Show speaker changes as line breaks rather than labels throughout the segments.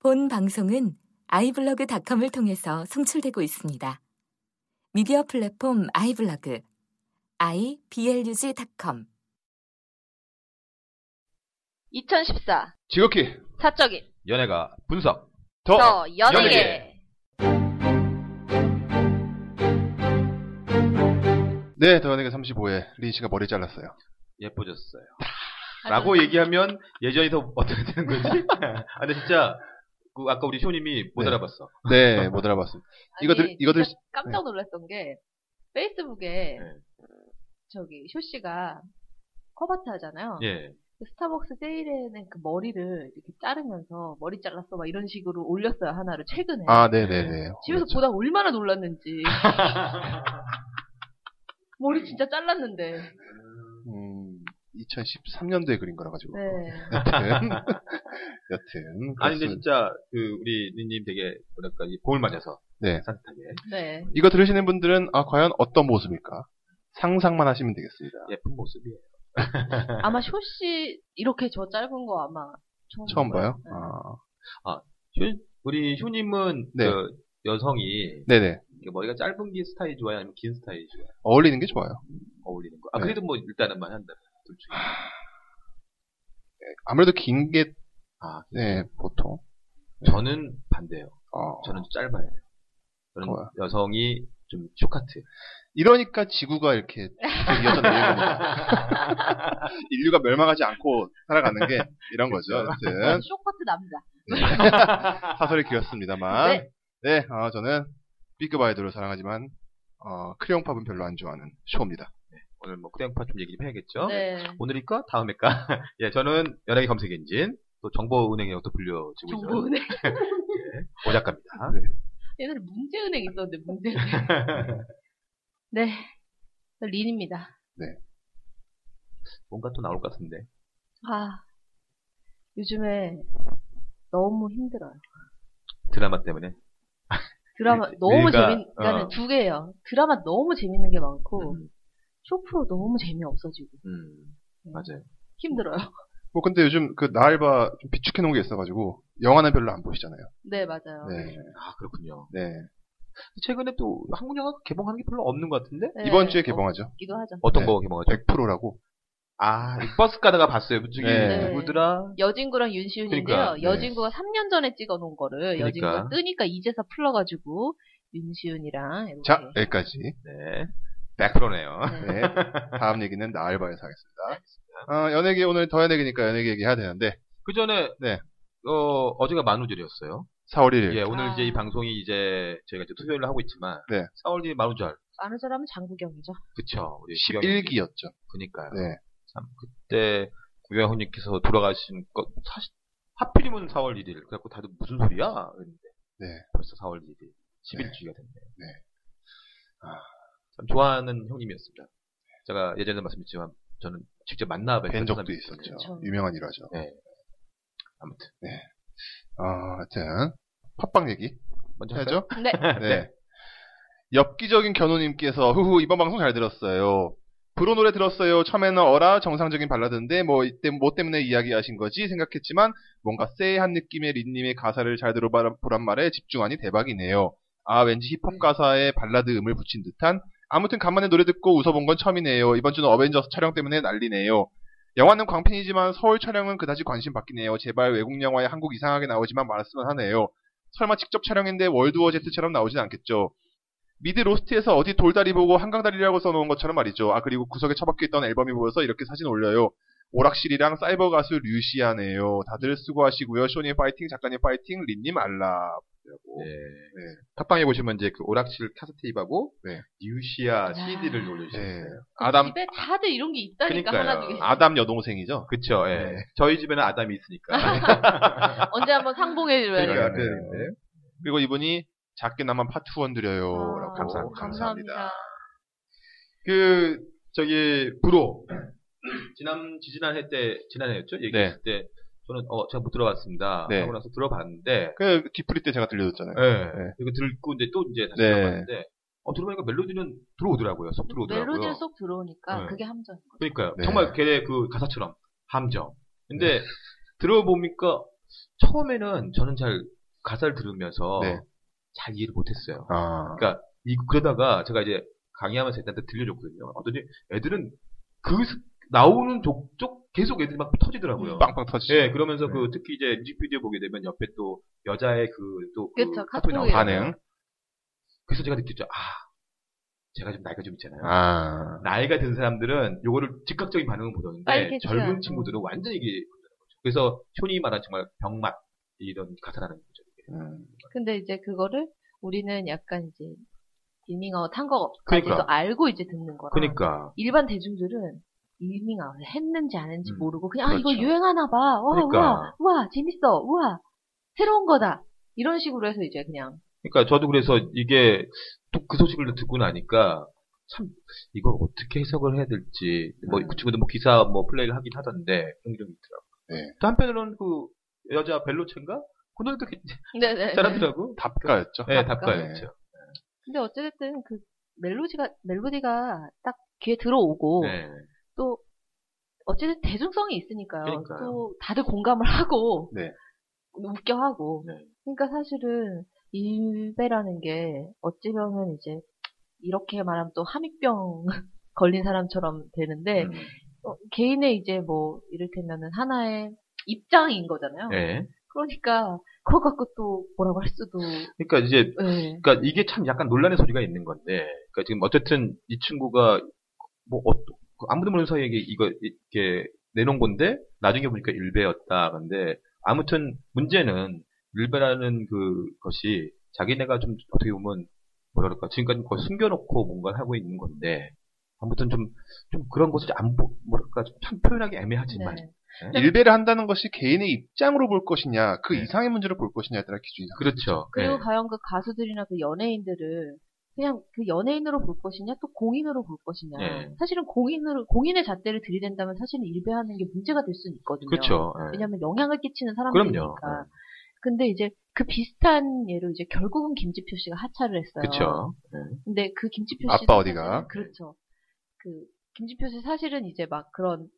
본 방송은 아이블로그닷컴을 통해서 송출되고 있습니다. 미디어 플랫폼 아이블로그 iblog.com
2014
지극히
사적인
연예가 분석
더 연예계
네, 더 연예계 35회 린 씨가 머리 잘랐어요.
예뻐졌어요.
하지만
라고 얘기하면 예전이 더 어떻게 되는 거지? 아, 근데 진짜 그 아까 우리 쇼님이 못
네.
알아봤어.
네, 못 알아봤습니다.
아니,
이거들-
진짜
이거들-
깜짝 놀랐던 게 페이스북에
네.
저기 쇼 씨가 커바트 하잖아요.
예.
그 스타벅스 세일에는 그 머리를 이렇게 자르면서 머리 잘랐어 막 이런 식으로 올렸어요 하나를 최근에
아, 네, 네, 네.
집에서
그렇죠.
보다 얼마나 놀랐는지 머리 진짜 잘랐는데
음, 2013년도에 그린 거라 가지고.
네
여튼, 여튼.
아니 근데
그렇습니다.
진짜 그 우리 니님 되게 뭐랄까 이 봄을 맞아서
네.
산뜻하게
네.
이거 들으시는 분들은 아 과연 어떤 모습일까? 상상만 하시면 되겠습니다.
예쁜 모습이에요.
아마 쇼 씨 이렇게 저 짧은 거 아마 처음,
처음
본 거예요.
봐요?
네.
아,
쇼- 우리 쇼님은
네.
그 여성이
네네.
이렇게 머리가 짧은 게 스타일이 좋아요, 아니면 긴 스타일이 좋아요?
어울리는 게 좋아요.
어울리는 거. 아
네.
그래도 뭐 일단은 말 한다. 둘 중에.
아무래도 긴 게
아
네, 보통. 네.
저는 반대예요.
어,
저는 좀 짧아요. 저는
좋아요.
여성이 좀 쇼카트.
이러니까 지구가 이렇게 계속 이어져 내리는 겁니다. 인류가 멸망하지 않고 살아가는 게 이런 거죠. 여튼
쇼커트 남자
사설이 길었습니다만.
네.
네, 어, 저는 B급 아이돌을 사랑하지만 어, 크레용팝은 별로 안 좋아하는 쇼입니다.
오늘 뭐 크레용파 좀 얘기 좀 해야겠죠?
네
오늘일까? 다음일까? 예, 저는 연예계 검색 엔진, 또 정보은행이라고 또 불려지고 있는
정보은행 네.
오작가입니다.
옛날에 문제은행 있었는데 문제은행 네 린입니다
뭔가 또 나올 것 같은데.
아 요즘에 너무 힘들어요
드라마 때문에.
드라마
밀-
너무
밀가-
재밌 그러니까
어.
두 개예요 드라마 너무 재밌는 게 많고
음,
쇼프로 너무 재미없어지고
음,
네.
맞아요.
힘들어요
뭐 근데 요즘 그 나알바 좀 비축해 놓은 게 있어가지고 영화는 별로 안 보시잖아요.
네 맞아요
네,
아, 그렇군요.
네.
최근에 또 한국 영화 개봉하는 게 별로 없는 것 같은데?
네,
이번 주에 개봉하죠.
없기도 하죠
어떤
네.
거 개봉하죠?
100%라고.
아, 이 버스 가다가 봤어요. 그 무중에
네.
누구더라?
여진구랑 윤시윤인데요.
그러니까, 네.
여진구가 3년 전에 찍어놓은 거를
그러니까.
여진구가 뜨니까 이제서 풀러가지고 윤시윤이랑 이렇게
자, 여기까지.
네. 백프로네요.
네.
네. 다음 얘기는 나알바에서 하겠습니다. 아, 연예계 오늘 더 연예계니까 연예계 얘기해야 되는데
그 전에,
네.
어, 어제가 만우절이었어요.
4월 1일.
예, 오늘
아.
이제 이 방송이 이제 저희가 이제 투표를 하고 있지만,
네.
4월 1일 만우절.
아는 사람은 장구경이죠.
그쵸. 우리 구경이
11기였죠.
그니까요.
네.
참 그때 구경훈님께서 돌아가신 것 사실 하필이면 4월 1일. 그래갖고 다들 무슨 소리야? 그랬는데
네.
벌써 4월 1일, 11주기가 됐네.
네. 아.
참 좋아하는 형님이었습니다. 제가 예전에 말씀드렸지만 저는 직접 만나 뵌
뵌 적도
사람이 네.
있었죠.
그렇죠.
유명한 일화죠.
아무튼
아, 하여튼 팟빵 얘기
먼저 할까요?
해야죠.
네.
네. 엽기적인 견우님께서 후후 이번 방송 잘 들었어요. 브로 노래 들었어요. 처음에는 어라 정상적인 발라드인데 뭐 이때 뭐 때문에 이야기하신 거지 생각했지만 뭔가 쎄한 느낌의 린님의 가사를 잘 들어보란 말에 집중하니 대박이네요. 아 왠지 힙합 가사에 발라드 음을 붙인 듯한 아무튼 간만에 노래 듣고 웃어본 건 처음이네요. 이번 주는 어벤져스 촬영 때문에 난리네요. 영화는 광팬이지만 서울 촬영은 그다지 관심 받기네요. 제발 외국 영화에 한국 이상하게 나오지만 말았으면 하네요. 설마 직접 촬영인데 월드워 제트처럼 나오진 않겠죠. 미드 로스트에서 어디 돌다리 보고 한강다리라고 써놓은 것처럼 말이죠. 아 그리고 구석에 처박혀 있던 앨범이 보여서 이렇게 사진 올려요. 오락실이랑 사이버 가수 류시아네요. 다들 수고하시고요. 쇼님 파이팅, 작가님 파이팅, 린님 알랍.
네.
네.
팟빵에 보시면 이제 그 오락실 카세테이프하고
네.
뉴시아
아.
CD를 올려주셨어요.
네. 아담
집에 다들 이런 게 있다니까
그 그러니까요.
하나 중에
아담 여동생이죠.
그쵸. 예.
네.
저희 집에는 아담이 있으니까.
언제 한번 상봉해줘야
그러니까.
돼요.
그러니까 네.
그리고 이분이 작게나마 파트원
아,
드려요. 라고.
아, 감사합니다.
감사합니다.
그 저기 브로 지난 지난해 때 지난해였죠 얘기했을 때 저는 어 제가 못 들어봤습니다
네.
하고 나서 들어봤는데
그 뒤풀이 때 제가 들려줬잖아요.
예 이거 듣고 이제 또 이제 다시
네.
들어봤는데 어 들어보니까 멜로디는 들어오더라고요 쏙 들어오더라고요
멜로디를 쏙 들어오니까
네.
그게 함정인 거죠.
그러니까요
네.
정말 걔네 그 가사처럼 함정 근데 들어보니까 처음에는 저는 잘 가사를 들으면서
네.
잘 이해를 못했어요.
아.
이- 그러다가 제가 이제 강의하면서 애들한테 들려줬거든요. 어더니 애들은 그 스- 나오는 족족 계속 애들이 막 터지더라고요.
빵빵 터지죠.
예, 그러면서
네.
그 특히 이제 뮤직비디오 보게 되면 옆에 또 여자의 그또
그쵸, 카톡이요.
반응.
그래서 제가 느꼈죠. 아, 제가 좀 나이가 좀 있잖아요.
아.
나이가 든 사람들은 요거를 즉각적인 반응을 보던데
빨개져요.
젊은
음.
친구들은 완전 이게 그런 거죠. 그래서 쇼니 말한 정말 병맛 이런 가사라는 거죠. 이게.
음.
근데 이제 그거를 우리는 약간 이제 이밍아웃 한
그러니까.
거까지도 알고 이제 듣는 거라.
그러니까
일반 대중들은 이밍아웃을 했는지 안 했는지
음,
모르고 그냥 아
그렇죠.
이거 유행하나 봐. 와,
그러니까.
와, 와, 재밌어. 우와, 새로운 거다. 이런 식으로 해서 이제 그냥
그러니까 저도 그래서 이게 또 그 소식을 듣고 나니까 참 이걸 어떻게 해석을 해야 될지 뭐
음.
그 친구도 뭐 기사 뭐 플레이를 하긴 하던데 그런 게 좀 있더라고.
네.
또 한편으로는 그 여자 벨로첸가 그 노래도 괜찮-
네네.
잘하더라고.
답가였죠.
네,
답가.
답가였죠.
근데 어쨌든 그 멜로디가 멜로디가 딱 귀에 들어오고
네.
또 어쨌든 대중성이 있으니까요.
그러니까요.
또 다들 공감을 하고
네.
웃겨하고.
네.
그러니까 사실은 일배라는 게 어찌보면 이제 이렇게 말하면 또 함익병 걸린 사람처럼 되는데
음.
어, 개인의 이제 뭐 이를테면은 하나의 입장인 거잖아요.
네.
그러니까 그거 갖고 또 뭐라고 할 수도.
그러니까 이제
네.
그러니까 이게 참 약간 논란의 소리가 있는 건데, 그러니까 지금 어쨌든 이 친구가 뭐 어, 그 아무도 모르는 사이에 이게- 이거 이렇게 내놓은 건데 나중에 보니까 일베였다. 근데 아무튼 문제는 일베라는 그 것이 자기네가 좀 어떻게 보면 뭐라 그럴까 지금까지 거의 숨겨놓고 뭔가 를 하고 있는 건데 아무튼 좀 좀 그런 것을 안 보, 뭐랄까 좀 참 표현하기 애매하지만
네.
일배를 한다는 것이 개인의 입장으로 볼 것이냐, 그
네.
이상의 문제를 볼 것이냐에 따라 기준이 다르죠.
그렇죠.
그리고
네.
과연 그 가수들이나 그 연예인들을 그냥 그 연예인으로 볼 것이냐 또 공인으로 볼 것이냐
네.
사실은 공인으로 공인의 잣대를 들이댄다면 사실은 일배하는 게 문제가 될 수는 있거든요.
그렇죠. 예.
왜냐하면 영향을 끼치는
그럼요. 네.
사람들이니까. 근데 이제 그 비슷한 예로 이제 결국은 김지표 씨가 하차를 했어요.
그렇죠. 네.
근데 그 김지표 씨
아빠 어디가?
그렇죠. 그 김지표 씨 사실은 이제 막 그런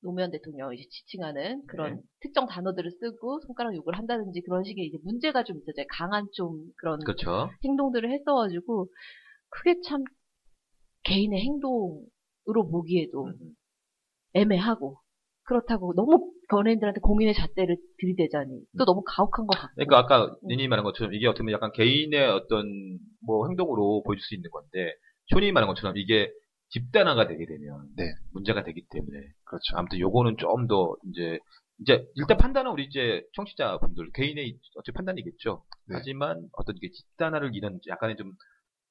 노무현 대통령 이제 지칭하는 그런
네.
특정 단어들을 쓰고 손가락 욕을 한다든지 그런 식의 이제 문제가 좀 있었죠. 강한 좀 그런
그렇죠.
행동들을 했어가지고 그게 참 개인의 행동으로 보기에도
음.
애매하고 그렇다고 너무 연예인들한테 공인의 잣대를 들이대자니 또 너무 가혹한 것 같고
그러니까 아까
음.
니니 말한 것처럼 이게 어떻게 보면 약간 개인의 어떤 뭐 행동으로 보여줄 수 있는 건데 쇼니 말한 것처럼 이게 집단화가 되게 되면
네.
문제가 되기 때문에
그렇죠.
아무튼 요거는 좀 더 이제 이제 일단 판단은 우리 이제 청취자분들 개인의 어째 판단이겠죠.
네.
하지만 어떤 이게 집단화를 이런 약간의 좀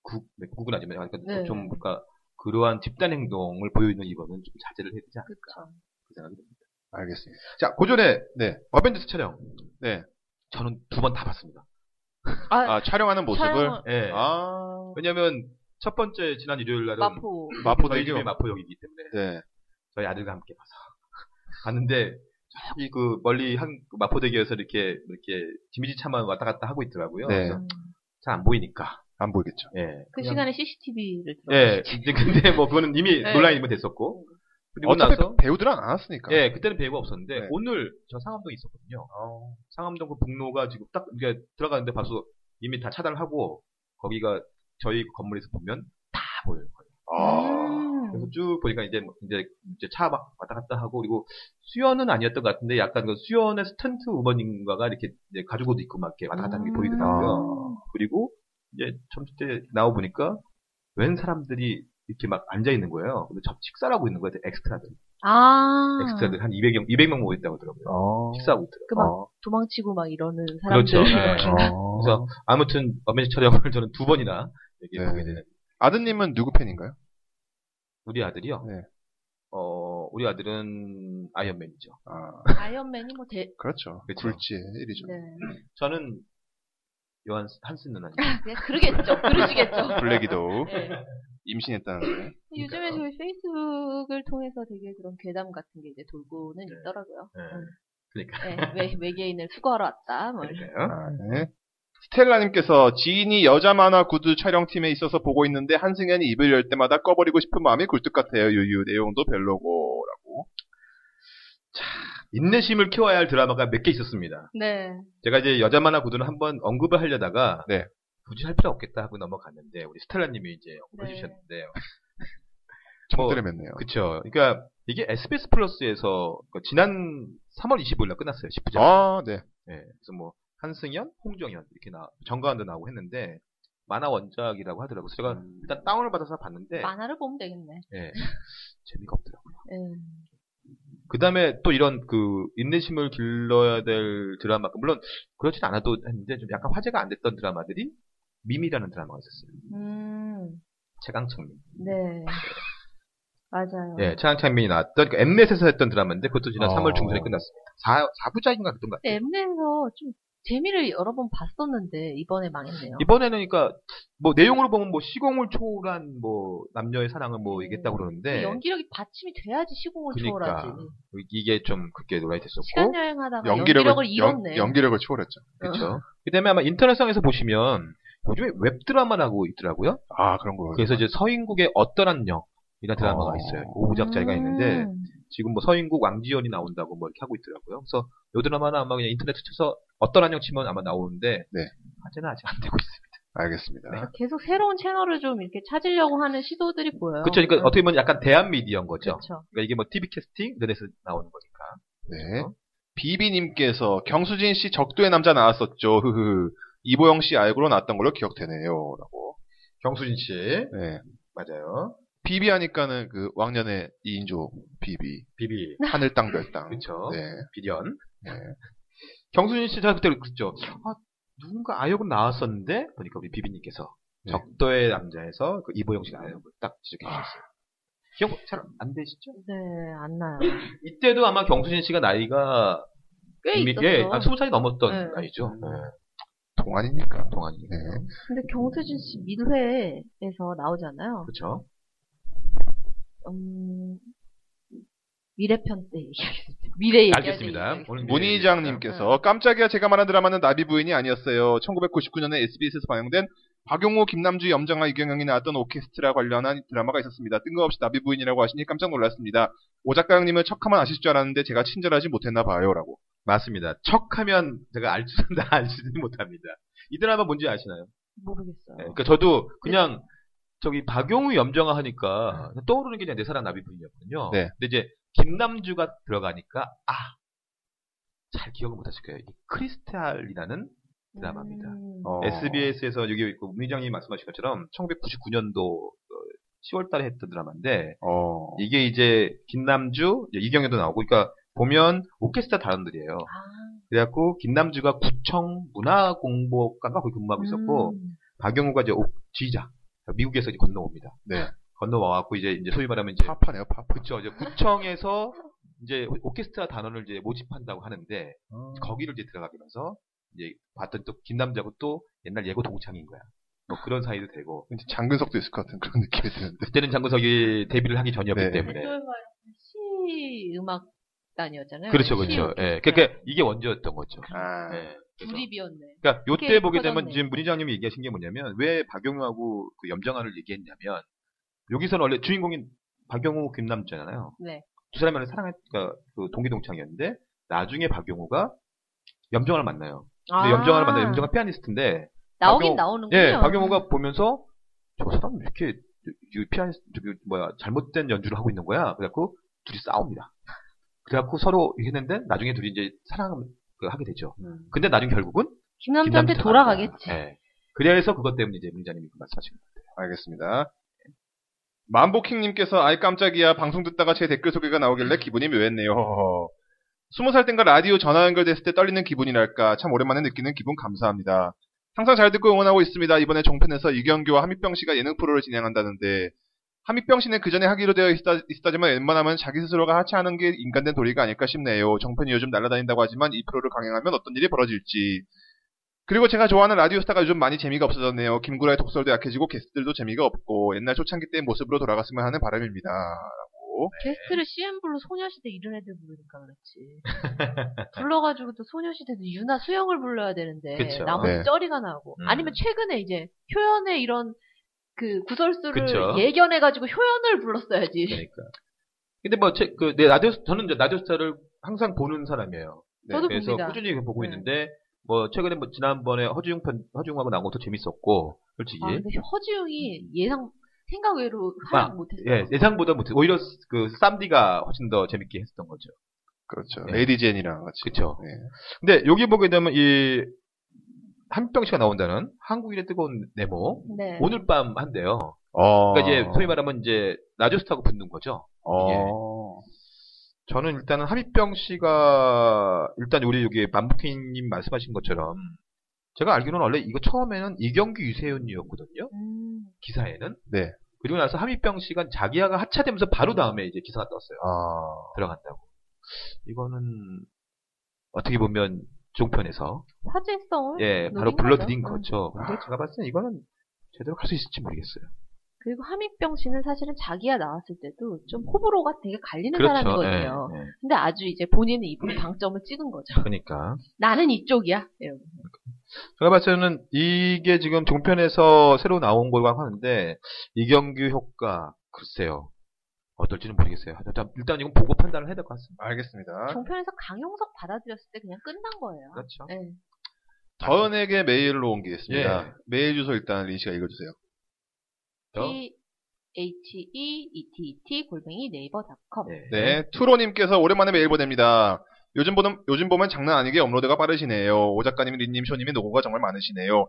구, 네, 구분 아니면 약간
네.
좀 뭔가 그러한 집단 행동을 보이는 이거는 좀 자제를 해야 되지 않을까
그렇죠.
그 생각이 듭니다.
알겠습니다. 자, 고전에, 네,
어벤져스 촬영
네.
저는 두 번 다 봤습니다. 네.
아,
아, 촬영하는 모습을.
촬영을-
예.
아,
왜냐면 첫 번째 지난 일요일 날은
마포
저희
마포대교.
집이 마포역이기 때문에
네.
저희 아들과 함께 가서 갔는데 저기 그 멀리 한 마포대교에서 이렇게 이렇게 지미지 차만 왔다 갔다 하고 있더라고요.
네.
음.
그래서 잘 안 보이니까.
안 보이겠죠.
예.
그
그냥-
시간에 CCTV를
예. 이제 근데 뭐 그거는 이미
네.
논란이 이미 됐었고 그리고
어차피
나서
배우들은 안 왔으니까.
예 그때는 배우가 없었는데
네. 어.
오늘 저 상암동에 있었거든요. 상암동 그 북로가 지금 딱 이게 들어가는데 봐서 이미 다 차단하고 거기가 저희 건물에서 보면 다 보여요. 거의.
아,
예.
음.
그래서 쭉 보니까 이제 뭐- 이제 이제 차 막 왔다 갔다 하고 그리고 수연은 아니었던 것 같은데 약간 그 수연의 스턴트 우먼인가가 이렇게 이제 가죽옷 입고 막 이렇게 왔다 갔다
음.
하는 게
아.
보이더라고요. 그리고 이제 점심 때 나와 보니까 웬 사람들이 이렇게 막 앉아 있는 거예요. 근데 저 식사를 하고 있는 거예요. 엑스트라들.
아
음.
엑스트라들 한 200명 200명 모여 있다고 하더라고요.
아. 어.
식사하고 있더라고요. 아.
그막 도망치고 막 이러는 사람들
그렇죠. 네.
어.
그래서
그래서 아무튼 어메지 촬영을 저는 두 번이나 이렇게
네.
보게 되는
아드님은 누구 팬인가요?
우리 아들이요.
네.
어, 우리 아들은 아이언맨이죠.
아,
아이언맨이 뭐 대,
그렇죠.
그렇죠.
굴지의 1위죠.
네.
저는 요한 한슨 누나님.
네, 그러겠죠. 그러시겠죠.
블랙이도
네.
네.
임신했다는데.
요즘에 저희 페이스북을 통해서 되게 그런 괴담 같은 게 이제 돌고는
네.
있더라고요.
네. 그러니까.
네, 외, 외계인을 수거하러 왔다. 뭐 이런.
그러니까요.
아, 네. 스텔라님께서 지인이 여자 만화 구두 촬영팀에 있어서 보고 있는데 한승연이 입을 열 때마다 꺼버리고 싶은 마음이 굴뚝 같아요. 유유 내용도 별로고라고.
인내심을 키워야 할 드라마가 몇 개 있었습니다.
네.
제가 이제 여자만화 구두는 한번 언급을 하려다가
네.
굳이 할 필요 없겠다 하고 넘어갔는데 우리 스텔라님이 이제 언급해
네.
주셨는데 뭐,
정때를 맺네요.
그쵸. 그러니까 이게 SBS 플러스에서 그러니까 지난 3월 25일날 끝났어요. 10부작.
아, 네.
예, 그래서 뭐 한승연, 홍정연 이렇게 나 정가은도 나오고 했는데 만화 원작이라고 하더라고. 요 제가 일단 다운을 받아서 봤는데
만화를 보면 되겠네.
예, 재미가 없더라고요.
음.
그 다음에 또 이런 그 인내심을 길러야 될 드라마, 물론 그렇진 않아도 했는데 좀 약간 화제가 안 됐던 드라마들이 미미라는 드라마가 있었어요.
음.
최강창민.
네. 맞아요.
예, 최강창민이 나왔던 그 엠넷에서 했던 드라마인데 그것도 지난
어.
3월 중순에 끝났습니다. 4, 사부작인가 그랬던 것
네.
같아요.
엠넷에서 좀 재미를 여러 번 봤었는데 이번에 망했네요.
이번에는 그러니까 뭐 내용으로 보면 뭐 시공을 초월한 뭐 남녀의 사랑을 뭐 얘기했다고
그
그러는데
연기력이 받침이 돼야지 시공을
그러니까.
초월하지.
이게 좀 그게 논란이
시간
됐었고
여행하다가 아, 연기력을,
연기력을,
잃었네.
연, 기력을 초월했죠.
그렇죠. 그다음에 아마 인터넷상에서 보시면 요즘에 웹 드라마라고 있더라고요.
아, 그런 거요.
그래서 이제 서인국의 어떠한 역이라는 드라마가
어.
있어요. 오부작자가 있는데
음.
지금 뭐 서인국 왕지연이 나온다고 뭐 이렇게 하고 있더라고요. 그래서 요 드라마는 아마 그냥 인터넷 쳐서 어떠한 역 치면 아마 나오는데
네.
화제는 아직 안 되고 있어요.
알겠습니다.
아, 계속 새로운 채널을 좀 이렇게 찾으려고 하는 시도들이 보여요.
그렇죠. 그러니까 어떻게 보면 약간 대한 미디어인 거죠.
그렇죠.
그러니까 이게 뭐 TV 캐스팅 인터넷에서 나오는 거니까.
네. 비비님께서 경수진 씨 적도의 남자 나왔었죠. 흐흐. 이보영 씨 알고로 나왔던 걸로 기억되네요. 라고.
경수진 씨
네.
맞아요.
비비 하니까는 그 왕년의 2인조 비비.
비비
하늘 땅 별 땅.
그렇죠.
네.
비련.
네.
경수진 씨 제가 그때 그랬죠. 아, 누군가 아역은 나왔었는데 보니까 우리 비비님께서
네.
적도의 남자에서 그 이보영 씨가 아역을 딱 지적해 주셨어요. 기억 잘 안 되시죠?
네, 안 나요.
이때도 아마 경수진 씨가 나이가
꽤
이미-
있었어.
예, 한 20살이 넘었던
네.
나이죠. 네,
동안이니까.
동안이.
네.
근데 경수진 씨 밀회에서 나오잖아요.
그렇죠.
음, 미래편 때 얘기하겠습니다. 미래 얘기.
알겠습니다. 오늘
문희장님께서 깜짝이야 제가 말한 드라마는 나비 부인이 아니었어요. 1999년에 SBS에서 방영된 박용호, 김남주, 염정아, 이경영이 나왔던 오케스트라 관련한 드라마가 있었습니다. 뜬금없이 나비 부인이라고 하시니 깜짝 놀랐습니다. 오작가 형님은 척하면 아실 줄 알았는데 제가 친절하지 못했나 봐요라고.
맞습니다. 척하면 제가 알지도 알지는 못합니다. 이 드라마 뭔지 아시나요?
모르겠어요.
네, 그러니까 저도 그냥 저기 박용우 염정아 하니까 떠오르는 게 그냥 내 사랑 나비분이었거든요.
네.
근데 이제 김남주가 들어가니까 아. 잘 기억을 못하실 거예요. 이 크리스탈이라는 드라마입니다. 어,
음,
어.
SBS에서 여기 있고 문희장님이 말씀하신 것처럼 1999년도 10월달에 했던 드라마인데
어.
이게 이제 김남주, 이제 이경연도 나오고 그러니까 보면 오케스트라 단원들이에요.
아,
그래갖고 김남주가 구청 문화공보관과 거기 근무하고 있었고
음,
박영우가 이제 옥- 지휘자 미국에서 이제 건너옵니다.
네.
건너와갖고 이제 이제 소위 말하면 이제
파파네요, 파파.
그쵸 이제 구청에서 이제 오- 오케스트라 단원을 이제 모집한다고 하는데 거기를 이제 들어가면서 이제 봤더니 또 김남자고 또 옛날 예고 동창인 거야. 뭐 그런 사이도 되고
왠지 장근석도 있을 것 같은 그런 느낌이 드는데.
그때는 장근석이 데뷔를 하기 전이었기
네.
때문에
아이돌과 시 음악단이었잖아요. 시
그렇죠 그렇죠. 예,
오케스트라.
그러니까 이게 원조였던 거죠.
아.
예. 그래서
불입이었네.
그러니까
그게
요때 보게 되면
커졌네.
지금 문희장님이 얘기하신 게 뭐냐면 왜 박영우하고 그 염정아를 얘기했냐면 여기서는 원래 주인공인 박영우 김남주잖아요.
네.
두 사람이 원래 사랑했 그러니까 그 동기 동창이었는데 나중에 박영우가 염정아를 만나요. 근데 염정아를 만나 염정아 피아니스트인데
나오긴
박용-
나오는군요. 음.
예 박영우가 보면서 저 사람 왜 이렇게 이 피아니스트 저기 그 뭐야 잘못된 연주를 하고 있는 거야. 그래갖고 둘이 싸웁니다. 그래갖고 서로 했는데 나중에 둘이 이제 사랑을 그 하게 되죠.
음.
근데 나중에 결국은
김남자한테
김남자가
돌아가겠지.
아니라. 예. 그래서 그것 때문에 이제 문자님이 그 말씀하신 거예요.
알겠습니다. 만보킹님께서 아이 깜짝이야 방송 듣다가 제 댓글 소개가 나오길래 기분이 묘했네요. 허허허. 스무 살 땐가 라디오 전화 연결됐을 때 떨리는 기분이랄까 참 오랜만에 느끼는 기분 감사합니다. 항상 잘 듣고 응원하고 있습니다. 이번에 종편에서 이경규와 함익병 씨가 예능 프로를 진행한다는데 함익병 씨는 그 전에 하기로 되어 있다, 있었다지만 웬만하면 자기 스스로가 하차하는 게 인간된 도리가 아닐까 싶네요. 정편이 요즘 날아다닌다고 하지만 이 프로를 강행하면 어떤 일이 벌어질지. 그리고 제가 좋아하는 라디오스타가 요즘 많이 재미가 없어졌네요. 김구라의 독설도 약해지고 게스트들도 재미가 없고 옛날 초창기 때 모습으로 돌아갔으면 하는 바람입니다.
게스트를 CM블루 소녀시대 이런 애들 부르니까 그렇지. 불러가지고 또 소녀시대도 유나 수영을 불러야 되는데
그쵸.
나머지
네.
쩌리가 나고
음.
아니면 최근에 이제 효연의 이런 그 구설수를
그쵸. 네.
예견해가지고 효연을 불렀어야지.
그러니까. 근데 뭐, 제, 그, 내 라디오, 저는 이제 라디오스타를 항상 보는 사람이에요.
네,
저도
그래서
봅니다.
꾸준히 보고
네.
있는데 뭐 최근에 뭐 지난번에 허지웅 편 허지웅하고 나온 것도 재밌었고 솔직히
아, 근데 허지웅이 예상 생각 외로
음. 아,
활약 못했어요.
예, 예상보다 못해. 오히려 스- 그 쌈디가 훨씬 더 재밌게 했었던 거죠.
그렇죠.
네.
ADGN이랑 같이.
그쵸.
네.
근데 여기 보게 되면 이 한병씨가 나온다는 한국인의 뜨거운 네모
네. 아.
오늘 밤 한대요.
어.
그러니까 이제 소위 말하면 이제 라디오스타하고 붙는 거죠.
어.
예. 저는 일단은 하미병 씨가 일단 우리 여기 만부키님 말씀하신 것처럼 제가 알기로는 원래 이거 처음에는 이경규 유세윤이었거든요.
음,
기사에는.
네.
그리고 나서 하미병 씨가 자기야가 하차되면서 바로 다음에 이제 기사가 떴어요.
아.
들어간다고. 이거는 어떻게 보면 종편에서
화제성을
예 바로
노린
불러들인
음, 거죠. 음.
거죠. 근데 제가 봤을 땐 이거는 제대로 갈 수 있을지 모르겠어요.
그리고 함익병 씨는 사실은 자기야 나왔을 때도 좀 호불호가 되게 갈리는 사람이거든요.
예, 음. 예.
근데 아주 이제 본인의 입으로 방점을 찍은 거죠.
그러니까
나는 이쪽이야. 이러고.
제가 봤을 때는 이게 지금 종편에서 새로 나온 거라고 하는데 이경규 효과 글쎄요 어떨지는 모르겠어요. 일단, 일단 이건 보고 판단을 해야 될 것 같습니다. 아.
알겠습니다.
종편에서 강용석 받아들였을 때 그냥 끝난 거예요.
그렇죠.
네.
저연에게 메일로 온 게 있습니다.
예.
메일 주소 일단 린 씨가 읽어주세요.
어.
T H E E T E T 골뱅이 네이버닷컴.
네.
네, 투로님께서 오랜만에 메일 보냅니다. 요즘 보는 요즘 보면 장난 아니게 업로드가 빠르시네요. 오 작가님, 린님, 쇼님의 노고가 정말 많으시네요.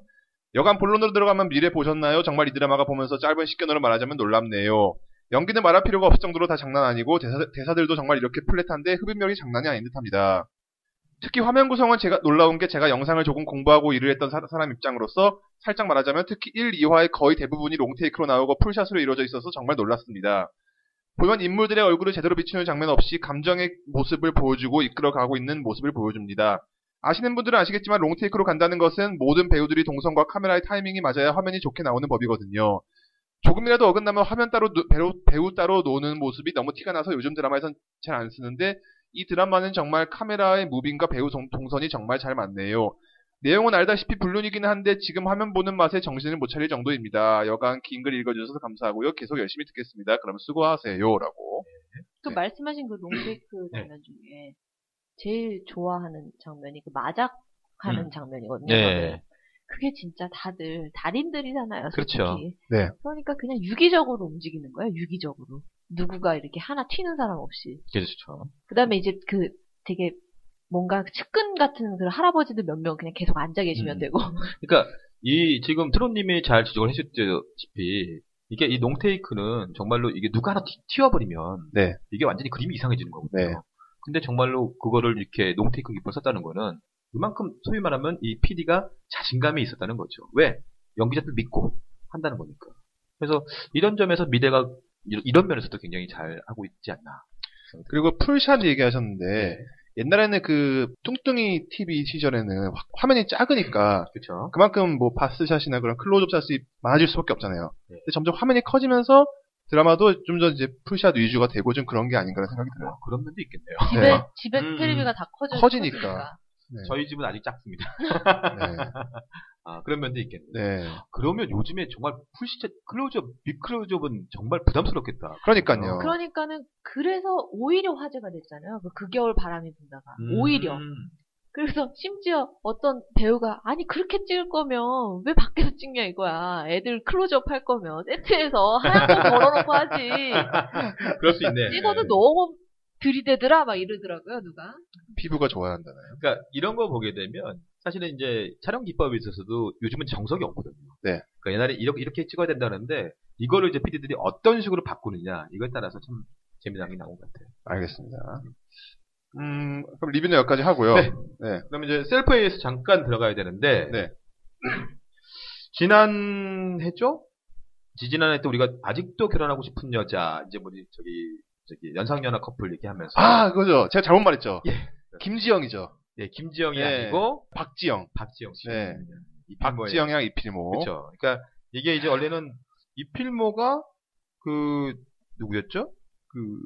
여간 본론으로 들어가면 미래 보셨나요? 정말 이 드라마가 보면서 짧은 식견으로 말하자면 놀랍네요. 연기는 말할 필요가 없을 정도로 다 장난 아니고 대사, 들도 정말 이렇게 플랫한데 흡입력이 장난이 아닌 듯합니다. 특히 화면 구성은 제가 놀라운 게 제가 영상을 조금 공부하고 일을 했던 사, 람 입장으로서 살짝 말하자면 특히 1, 2화의 거의 대부분이 롱테이크로 나오고 풀샷으로 이루어져 있어서 정말 놀랐습니다. 보면 인물들의 얼굴을 제대로 비추는 장면 없이 감정의 모습을 보여주고 이끌어가고 있는 모습을 보여줍니다. 아시는 분들은 아시겠지만 롱테이크로 간다는 것은 모든 배우들이 동선과 카메라의 타이밍이 맞아야 화면이 좋게 나오는 법이거든요. 조금이라도 어긋나면 화면 따로 누- 배우, 배우 따로 노는 모습이 너무 티가 나서 요즘 드라마에선 잘 안 쓰는데 이 드라마는 정말 카메라의 무빙과 배우 동- 동선이 정말 잘 맞네요. 내용은 알다시피 불륜이긴 한데 지금 화면 보는 맛에 정신을 못 차릴 정도입니다. 여간 긴 글 읽어주셔서 감사하고요. 계속 열심히 듣겠습니다. 그럼 수고하세요라고.
그
네.
말씀하신 그 롱테이크
네.
장면 중에 제일 좋아하는 장면이 그 마작하는
음.
장면이거든요. 저는.
네.
그게 진짜 다들 달인들이잖아요. 솔직히.
그렇죠.
네.
그러니까 그냥 유기적으로 움직이는 거예요. 유기적으로. 누구가 이렇게 하나 튀는 사람 없이.
그렇죠.
그다음에 이제 그 되게 뭔가 측근 같은 그런 할아버지들 몇 명 그냥 계속 앉아 계시면
음.
되고.
그러니까 이 지금 트론님이 잘 지적을 해주셨다시피 이게 이 롱테이크는 정말로 이게 누가 하나 튀- 튀어버리면
네.
이게 완전히 그림이 이상해지는 거거든요.
네.
근데 정말로 그거를 이렇게 롱테이크 기법을 썼다는 거는 그만큼 소위 말하면 이 PD가 자신감이 있었다는 거죠. 왜? 연기자들 믿고 한다는 거니까. 그래서 이런 점에서 미대가 이- 이런 면에서도 굉장히 잘 하고 있지 않나.
그리고 풀샷 얘기하셨는데 옛날에는 그 뚱뚱이 TV 시절에는 화- 화면이 작으니까
그렇죠.
그만큼 뭐 바스샷이나 그런 클로즈업 샷이 많아질 수밖에 없잖아요.
네.
근데 점점 화면이 커지면서 드라마도 좀 더 이제 풀샷 위주가 되고 좀 그런 게 아닌가라는 생각이 들어요.
그런 면도 있겠네요.
집에
네.
집에
음,
테레비가 다 커져
커지니까. 네.
저희 집은 아직 작습니다. 아, 그런 면도 있겠네요.
네. 네.
그러면 요즘에 정말 풀시체 클로즈업, 빅클로즈업은 정말 부담스럽겠다.
그러니까요.
그러니까는 그래서 오히려 화제가 됐잖아요. 그 그겨울 바람이 분다가
음.
오히려 그래서 심지어 어떤 배우가 아니 그렇게 찍을 거면 왜 밖에서 찍냐 이거야. 애들 클로즈업 할 거면 세트에서 하얀 거 걸어놓고 하지.
그럴 수 있네.
찍어도
네.
너무 들이대더라 막 이러더라고요 누가.
피부가 좋아야 한다나요?
그러니까 이런 거 보게 되면 사실은 이제 촬영 기법에 있어서도 요즘은 정석이 없거든요.
네.
그러니까 옛날에 이렇게, 이렇게 찍어야 된다는데 이거를 이제 PD들이 어떤 식으로 바꾸느냐 이거에 따라서 참 재미난 게 나온 것 같아요.
알겠습니다. 음, 그럼 리뷰는 여기까지 하고요.
네.
네.
그럼 이제 셀프 AS 잠깐 들어가야 되는데
네.
지난해죠? 지지난해 때 우리가 아직도 결혼하고 싶은 여자 이제 뭐지 저기 저기 연상연하 커플 얘기하면서
아, 그거죠. 제가 잘못 말했죠.
예.
김지영이죠.
네, 김지영이
예.
아니고
박지영.
박지영 씨.
네.
이 박지영.
박지영이랑 이필모.
그렇죠. 그러니까 이게 이제 원래는 이필모가 그 누구였죠? 그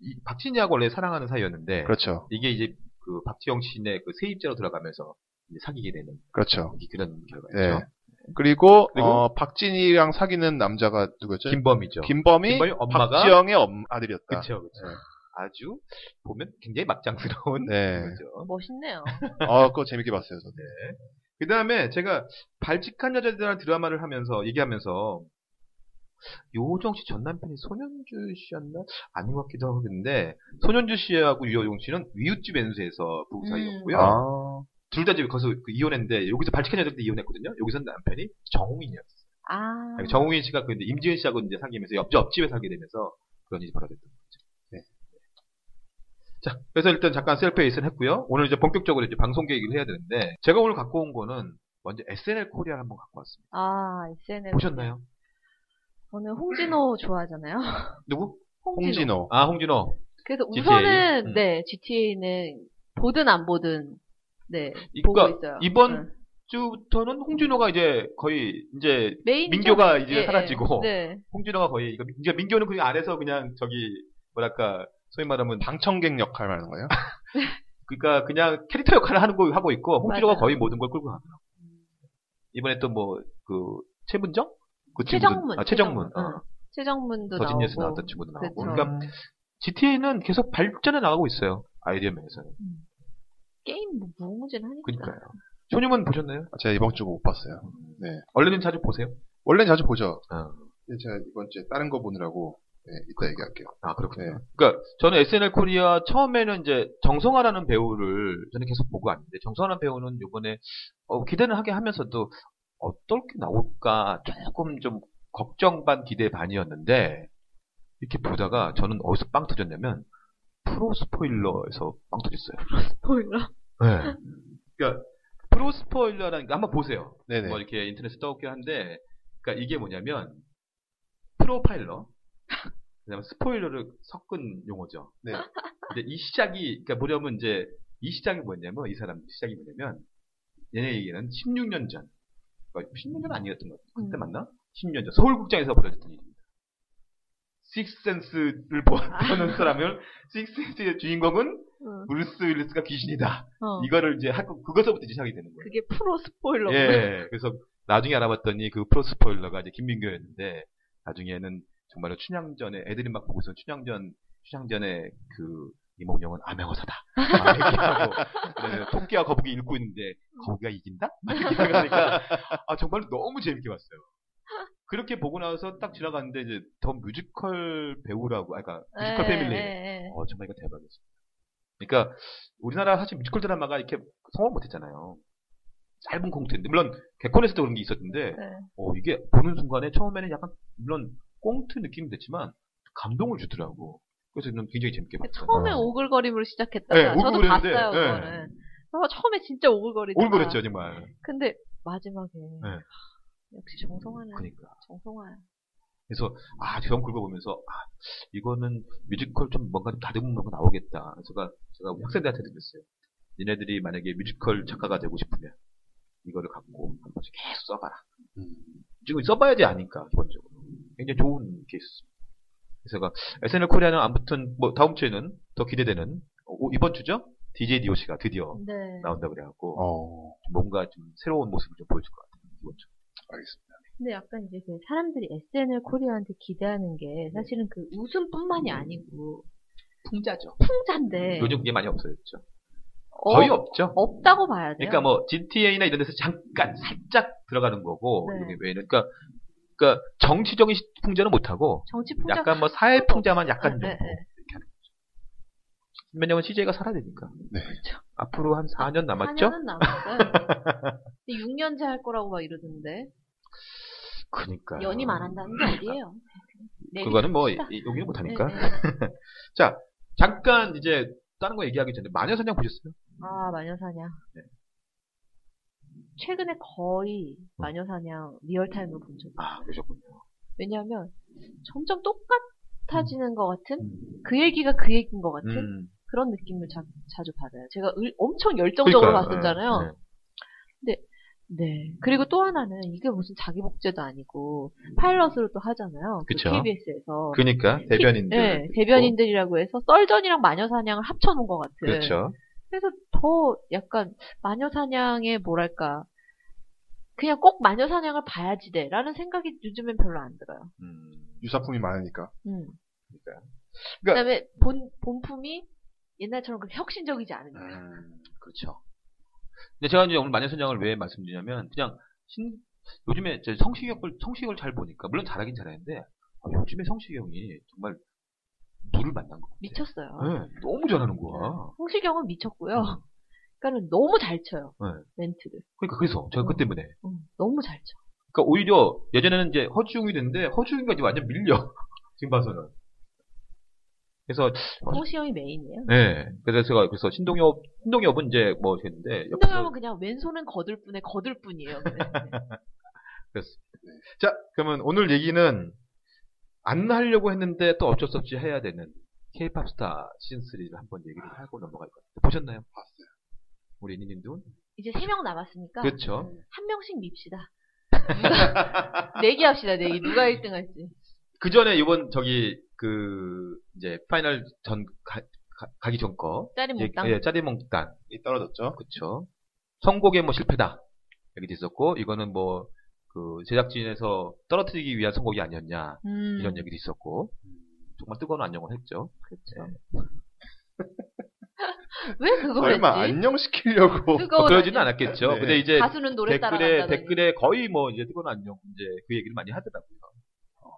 이- 박진희하고 원래 사랑하는 사이였는데
그렇죠.
이게 이제 그 박지영 씨네 그 세입자로 들어가면서 이제 사귀게 되는
그렇죠.
그런
네.
결과였죠.
그리고,
그리고?
어, 박진이랑 사귀는 남자가 누구였죠?
김범이죠.
김범이
김범희 엄마가
박지영의 엄, 아들이었다.
그렇죠, 그렇죠. 아주 보면 굉장히 막장스러운
네.
거죠.
멋있네요.
아, 그거 재밌게 봤어요, 저도.
그 다음에 제가 발칙한 여자에 대한 드라마를 하면서 얘기하면서 요정 씨 전 남편이 손현주 씨였나? 아닌 것 같기도 하고 근데 손현주 씨하고 유여정 씨는 위웃집 연수에서 부부 사이였고요.
아.
둘 다 지금 거기서 그 이혼했는데 여기서 발칙한 여자 때 이혼했거든요. 여기서는 남편이 정홍인이었어요.
아.
정홍인 씨가 근데 임지은 씨하고 이제 사귀면서 옆 옆집에 살게 되면서 그런 일이 벌어졌던 거죠. 네. 자, 그래서 일단 잠깐 셀프 에이스는 했고요. 오늘 이제 본격적으로 이제 방송 계획을 해야 되는데 제가 오늘 갖고 온 거는 먼저 SNL 코리아를 한번 갖고 왔습니다.
아, SNS.
보셨나요?
저는 홍진호 좋아하잖아요.
누구?
홍진호.
아, 홍진호.
그래서
GTA.
우선은,
음.
네, GTA는 보든 안 보든, 네,
이-
보고
그러니까
있어요.
이번
응.
주부터는 홍진호가 이제 거의 이제
메인.
민교가 이제
예, 예.
사라지고
네.
홍진호가 거의 이거- 이제 민교는 그 아래서 그냥 저기 뭐랄까 소위 말하면
방청객 역할 말하는 거예요?
그러니까 그냥 캐릭터 역할을 하는 거 하고 있고 홍진호가
맞아요.
거의 모든 걸 끌고 가더라고. 이번에 또 뭐 그 최문정? 그 친구도-
최정문,
아, 최정문.
최정문.
어.
최정문도 나오고.
더진에서 나왔던 친구도 나오고.
그쵸.
그러니까 GTA는 계속 발전해 나가고 있어요. 아이디어 면에서는.
게임 뭐 무궁무진 하니까.
그러니까요. 쇼님은 보셨나요?
아, 제가 이번 주고 못 봤어요. 네.
얼른 자주 보세요.
원래는 자주 보죠.
어.
근데 제가 이번 주에 다른 거 보느라고, 네, 이따 얘기할게요.
아 그렇군요.
네.
그러니까 저는 SNL 코리아 처음에는 이제 정성화라는 배우를 저는 계속 보고 왔는데 정성화라는 배우는 이번에 어, 기대를 하게 하면서도 어떻게 나올까 조금 좀 걱정 반 기대 반이었는데 이렇게 보다가 저는 어디서 빵 터졌냐면 프로 스포일러에서 빵 터졌어요.
보일러.
네. 그러니까 프로 스포일러라는 거 한번 보세요.
네네.
뭐 이렇게 인터넷에 떠오르긴 한데, 그러니까 이게 뭐냐면 프로파일러, 그다음에 스포일러를 섞은 용어죠.
네.
근데 이 시작이, 그러니까 뭐냐면 이제 이 시작이 뭐냐면 이 사람 시작이 뭐냐면 얘네 얘기는 16년 전, 그러니까 16년 아니었던 것 같아. 그때
음.
맞나? 16년 전 서울국장에서 벌어졌던 일입니다. 식센스를 보- 보는 사람을 식센스의 주인공은
응.
브루스 윌리스가 귀신이다.
어.
이거를 이제 하고 그것서부터 이제 시작이 되는 거예요.
그게 프로 스포일러.
예. 그래서 나중에 알아봤더니 그 프로 스포일러가 이제 김민교였는데 나중에는 정말로 춘향전에 애들이 막 보고서 춘향전 춘향전에 그 이몽룡은 암행어사다. 막 이렇게 하고 그다음에 토끼와 거북이 읽고 있는데 거북이가 이긴다? 막 이렇게 하니까 아 정말로 너무 재밌게 봤어요. 그렇게 보고 나서 딱 지나갔는데 이제 더 뮤지컬 배우라고 아까 그러니까 뮤지컬
예,
패밀리
예, 예.
어, 정말 이거 대박이었습니다. 그러니까 우리나라 사실 뮤지컬 드라마가 이렇게 성공 못했잖아요. 짧은 꽁트인데 물론 개콘에서도 그런 게 있었는데
네.
어, 이게 보는 순간에 처음에는 약간 물론 꽁트 느낌이 됐지만 감동을 주더라고. 그래서 저는 굉장히 재밌게 봤어요.
처음에
어.
오글거림으로 시작했다가
예,
저도
오글거리는데,
봤어요
예.
그거는 어, 처음에 진짜 오글거리다가
오글거렸죠 정말.
근데 마지막에 하,
예.
역시 정성화는
그러니까.
정성화야
그래서 아 저런 걸 보면서 아 이거는 뮤지컬 좀 뭔가 좀 다듬은 뭔가 나오겠다. 그래서 제가, 제가 학생들한테 드렸어요. 니네들이 만약에 뮤지컬 작가가 되고 싶으면 이거를 갖고 한 번씩 계속 써봐라.
음.
지금 써봐야지 아니까 기본적으로 굉장히 좋은 케이스입니다. 그래서 제가 SNL 코리아는 아무튼 뭐 다음 주에는 더 기대되는 어, 이번 주죠 DJ DOC가 드디어
네
나온다 그래갖고
어,
좀 뭔가 좀 새로운 모습을 좀 보여줄 것 같아요. 기본적으로.
알겠습니다.
근데 약간 이제 그 사람들이 SNL 코리아한테 기대하는
네.
게 사실은 그 웃음뿐만이 아니고
풍자죠.
풍자인데
요즘 그게 많이 없어졌죠.
네. 어,
거의 없죠.
없다고 봐야 돼요
그러니까 뭐 GTA나 이런 데서 잠깐 살짝 들어가는 거고
네.
여기 외에는 그러니까 그러니까 정치적인 시- 풍자는 못 하고
정치 풍자
약간 뭐 사회 풍자만 약간
아,
좀
네,
이렇게
네.
하는 거죠. 왜냐면 CJ가 살아야 되니까.
네.
앞으로 한 4년
그렇죠.
남았죠?
4년은 남았어요 6년째 할 거라고 막 이러던데
그니까.
연임 안 한다는 거 아니에요 네, 내리-
아. 그거는 뭐 이-
합시다.
이- 여기는 못 하니까.
네, 네.
잠깐 이제 다른 거 얘기하기 전에 마녀사냥 보셨어요?
아, 마녀사냥.
네.
최근에 거의 마녀사냥 리얼타임으로 본 적이
음. 아,
없어요.
그러셨군요.
왜냐하면 점점 똑같아지는 것 같은 그 얘기가 그 얘기인 것 같은
음.
그런 느낌을 자, 주 받아요. 제가 을- 엄청 열정적으로
그러니까요.
봤었잖아요.
네, 네.
네. 그리고 또 하나는 이게 무슨 자기 복제도 아니고 파일럿으로 또 하잖아요. 그
그쵸.
KBS에서.
그러니까 대변인들.
네, 대변인들이라고 해서 썰전이랑 마녀사냥을 합쳐놓은 것 같은.
그렇죠.
그래서 더 약간 마녀사냥의 뭐랄까 그냥 꼭 마녀사냥을 봐야지 돼라는 생각이 요즘엔 별로 안 들어요.
음.
유사품이 많으니까.
음.
그러니까
그러니까-
그다음에 본 본품이 옛날처럼 그렇게 혁신적이지 않으니까.
음, 그렇죠. 근데 제가 이제 오늘 마녀선장을 왜 말씀드리냐면 그냥 신- 요즘에 제 성시경을 성시경을 잘 보니까 물론 잘하긴 잘하는데 아, 요즘에 성시경이 정말 물을 만난 거.
미쳤어요.
네, 너무 잘하는 거야.
홍시경은 미쳤고요. 그러니까는 너무 잘 쳐요.
음. 네.
멘트를.
그러니까 그래서 제가 그 때문에.
음, 너무 잘 쳐.
그러니까 오히려 예전에는 이제 허주웅이 됐는데 허주웅이가 이제 완전 밀려 지금 봐서는. 그래서
홍시경이 메인이에요.
네, 그래서 제가 그래서 신동엽 신동엽은 이제 뭐 했는데
신동엽은 그냥 왼손은 거들 뿐에 거들 뿐이에요. 그냥.
자, 그러면 오늘 얘기는 안 하려고 했는데 또 어쩔 수 없이 해야 되는 K-팝 스타 시즌 3를 한번 얘기를 하고 넘어갈 것 같아요. 보셨나요? 봤어요. 우리 니님도?
이제 세 명 남았으니까 음,
그렇죠.
한 명씩 밉시다. 누가 내기합시다. 내기 누가 1등 할지.
그 전에 이번 저기 그 이제 파이널 전 가, 기 전 거
짜리
예,
못당.
예, 짜리몽땅
이 떨어졌죠.
그렇죠. 선곡에 뭐 실패다 얘기도 있었고 이거는 뭐 그 제작진에서 떨어뜨리기 위한 선곡이 아니었냐
음,
이런 얘기도 있었고 정말 뜨거운 안녕을 했죠. 네.
그렇죠. 왜 그걸
설마
했지?
안녕시키려고.
뜨거운
뭐 그러지는
안녕.
않았겠죠.
네.
근데 이제
가수는 노래
댓글에
따라간다더니.
댓글에 거의 뭐 이제 뜨거운 안녕 이제 그 얘기를 많이 하더라고요. 어.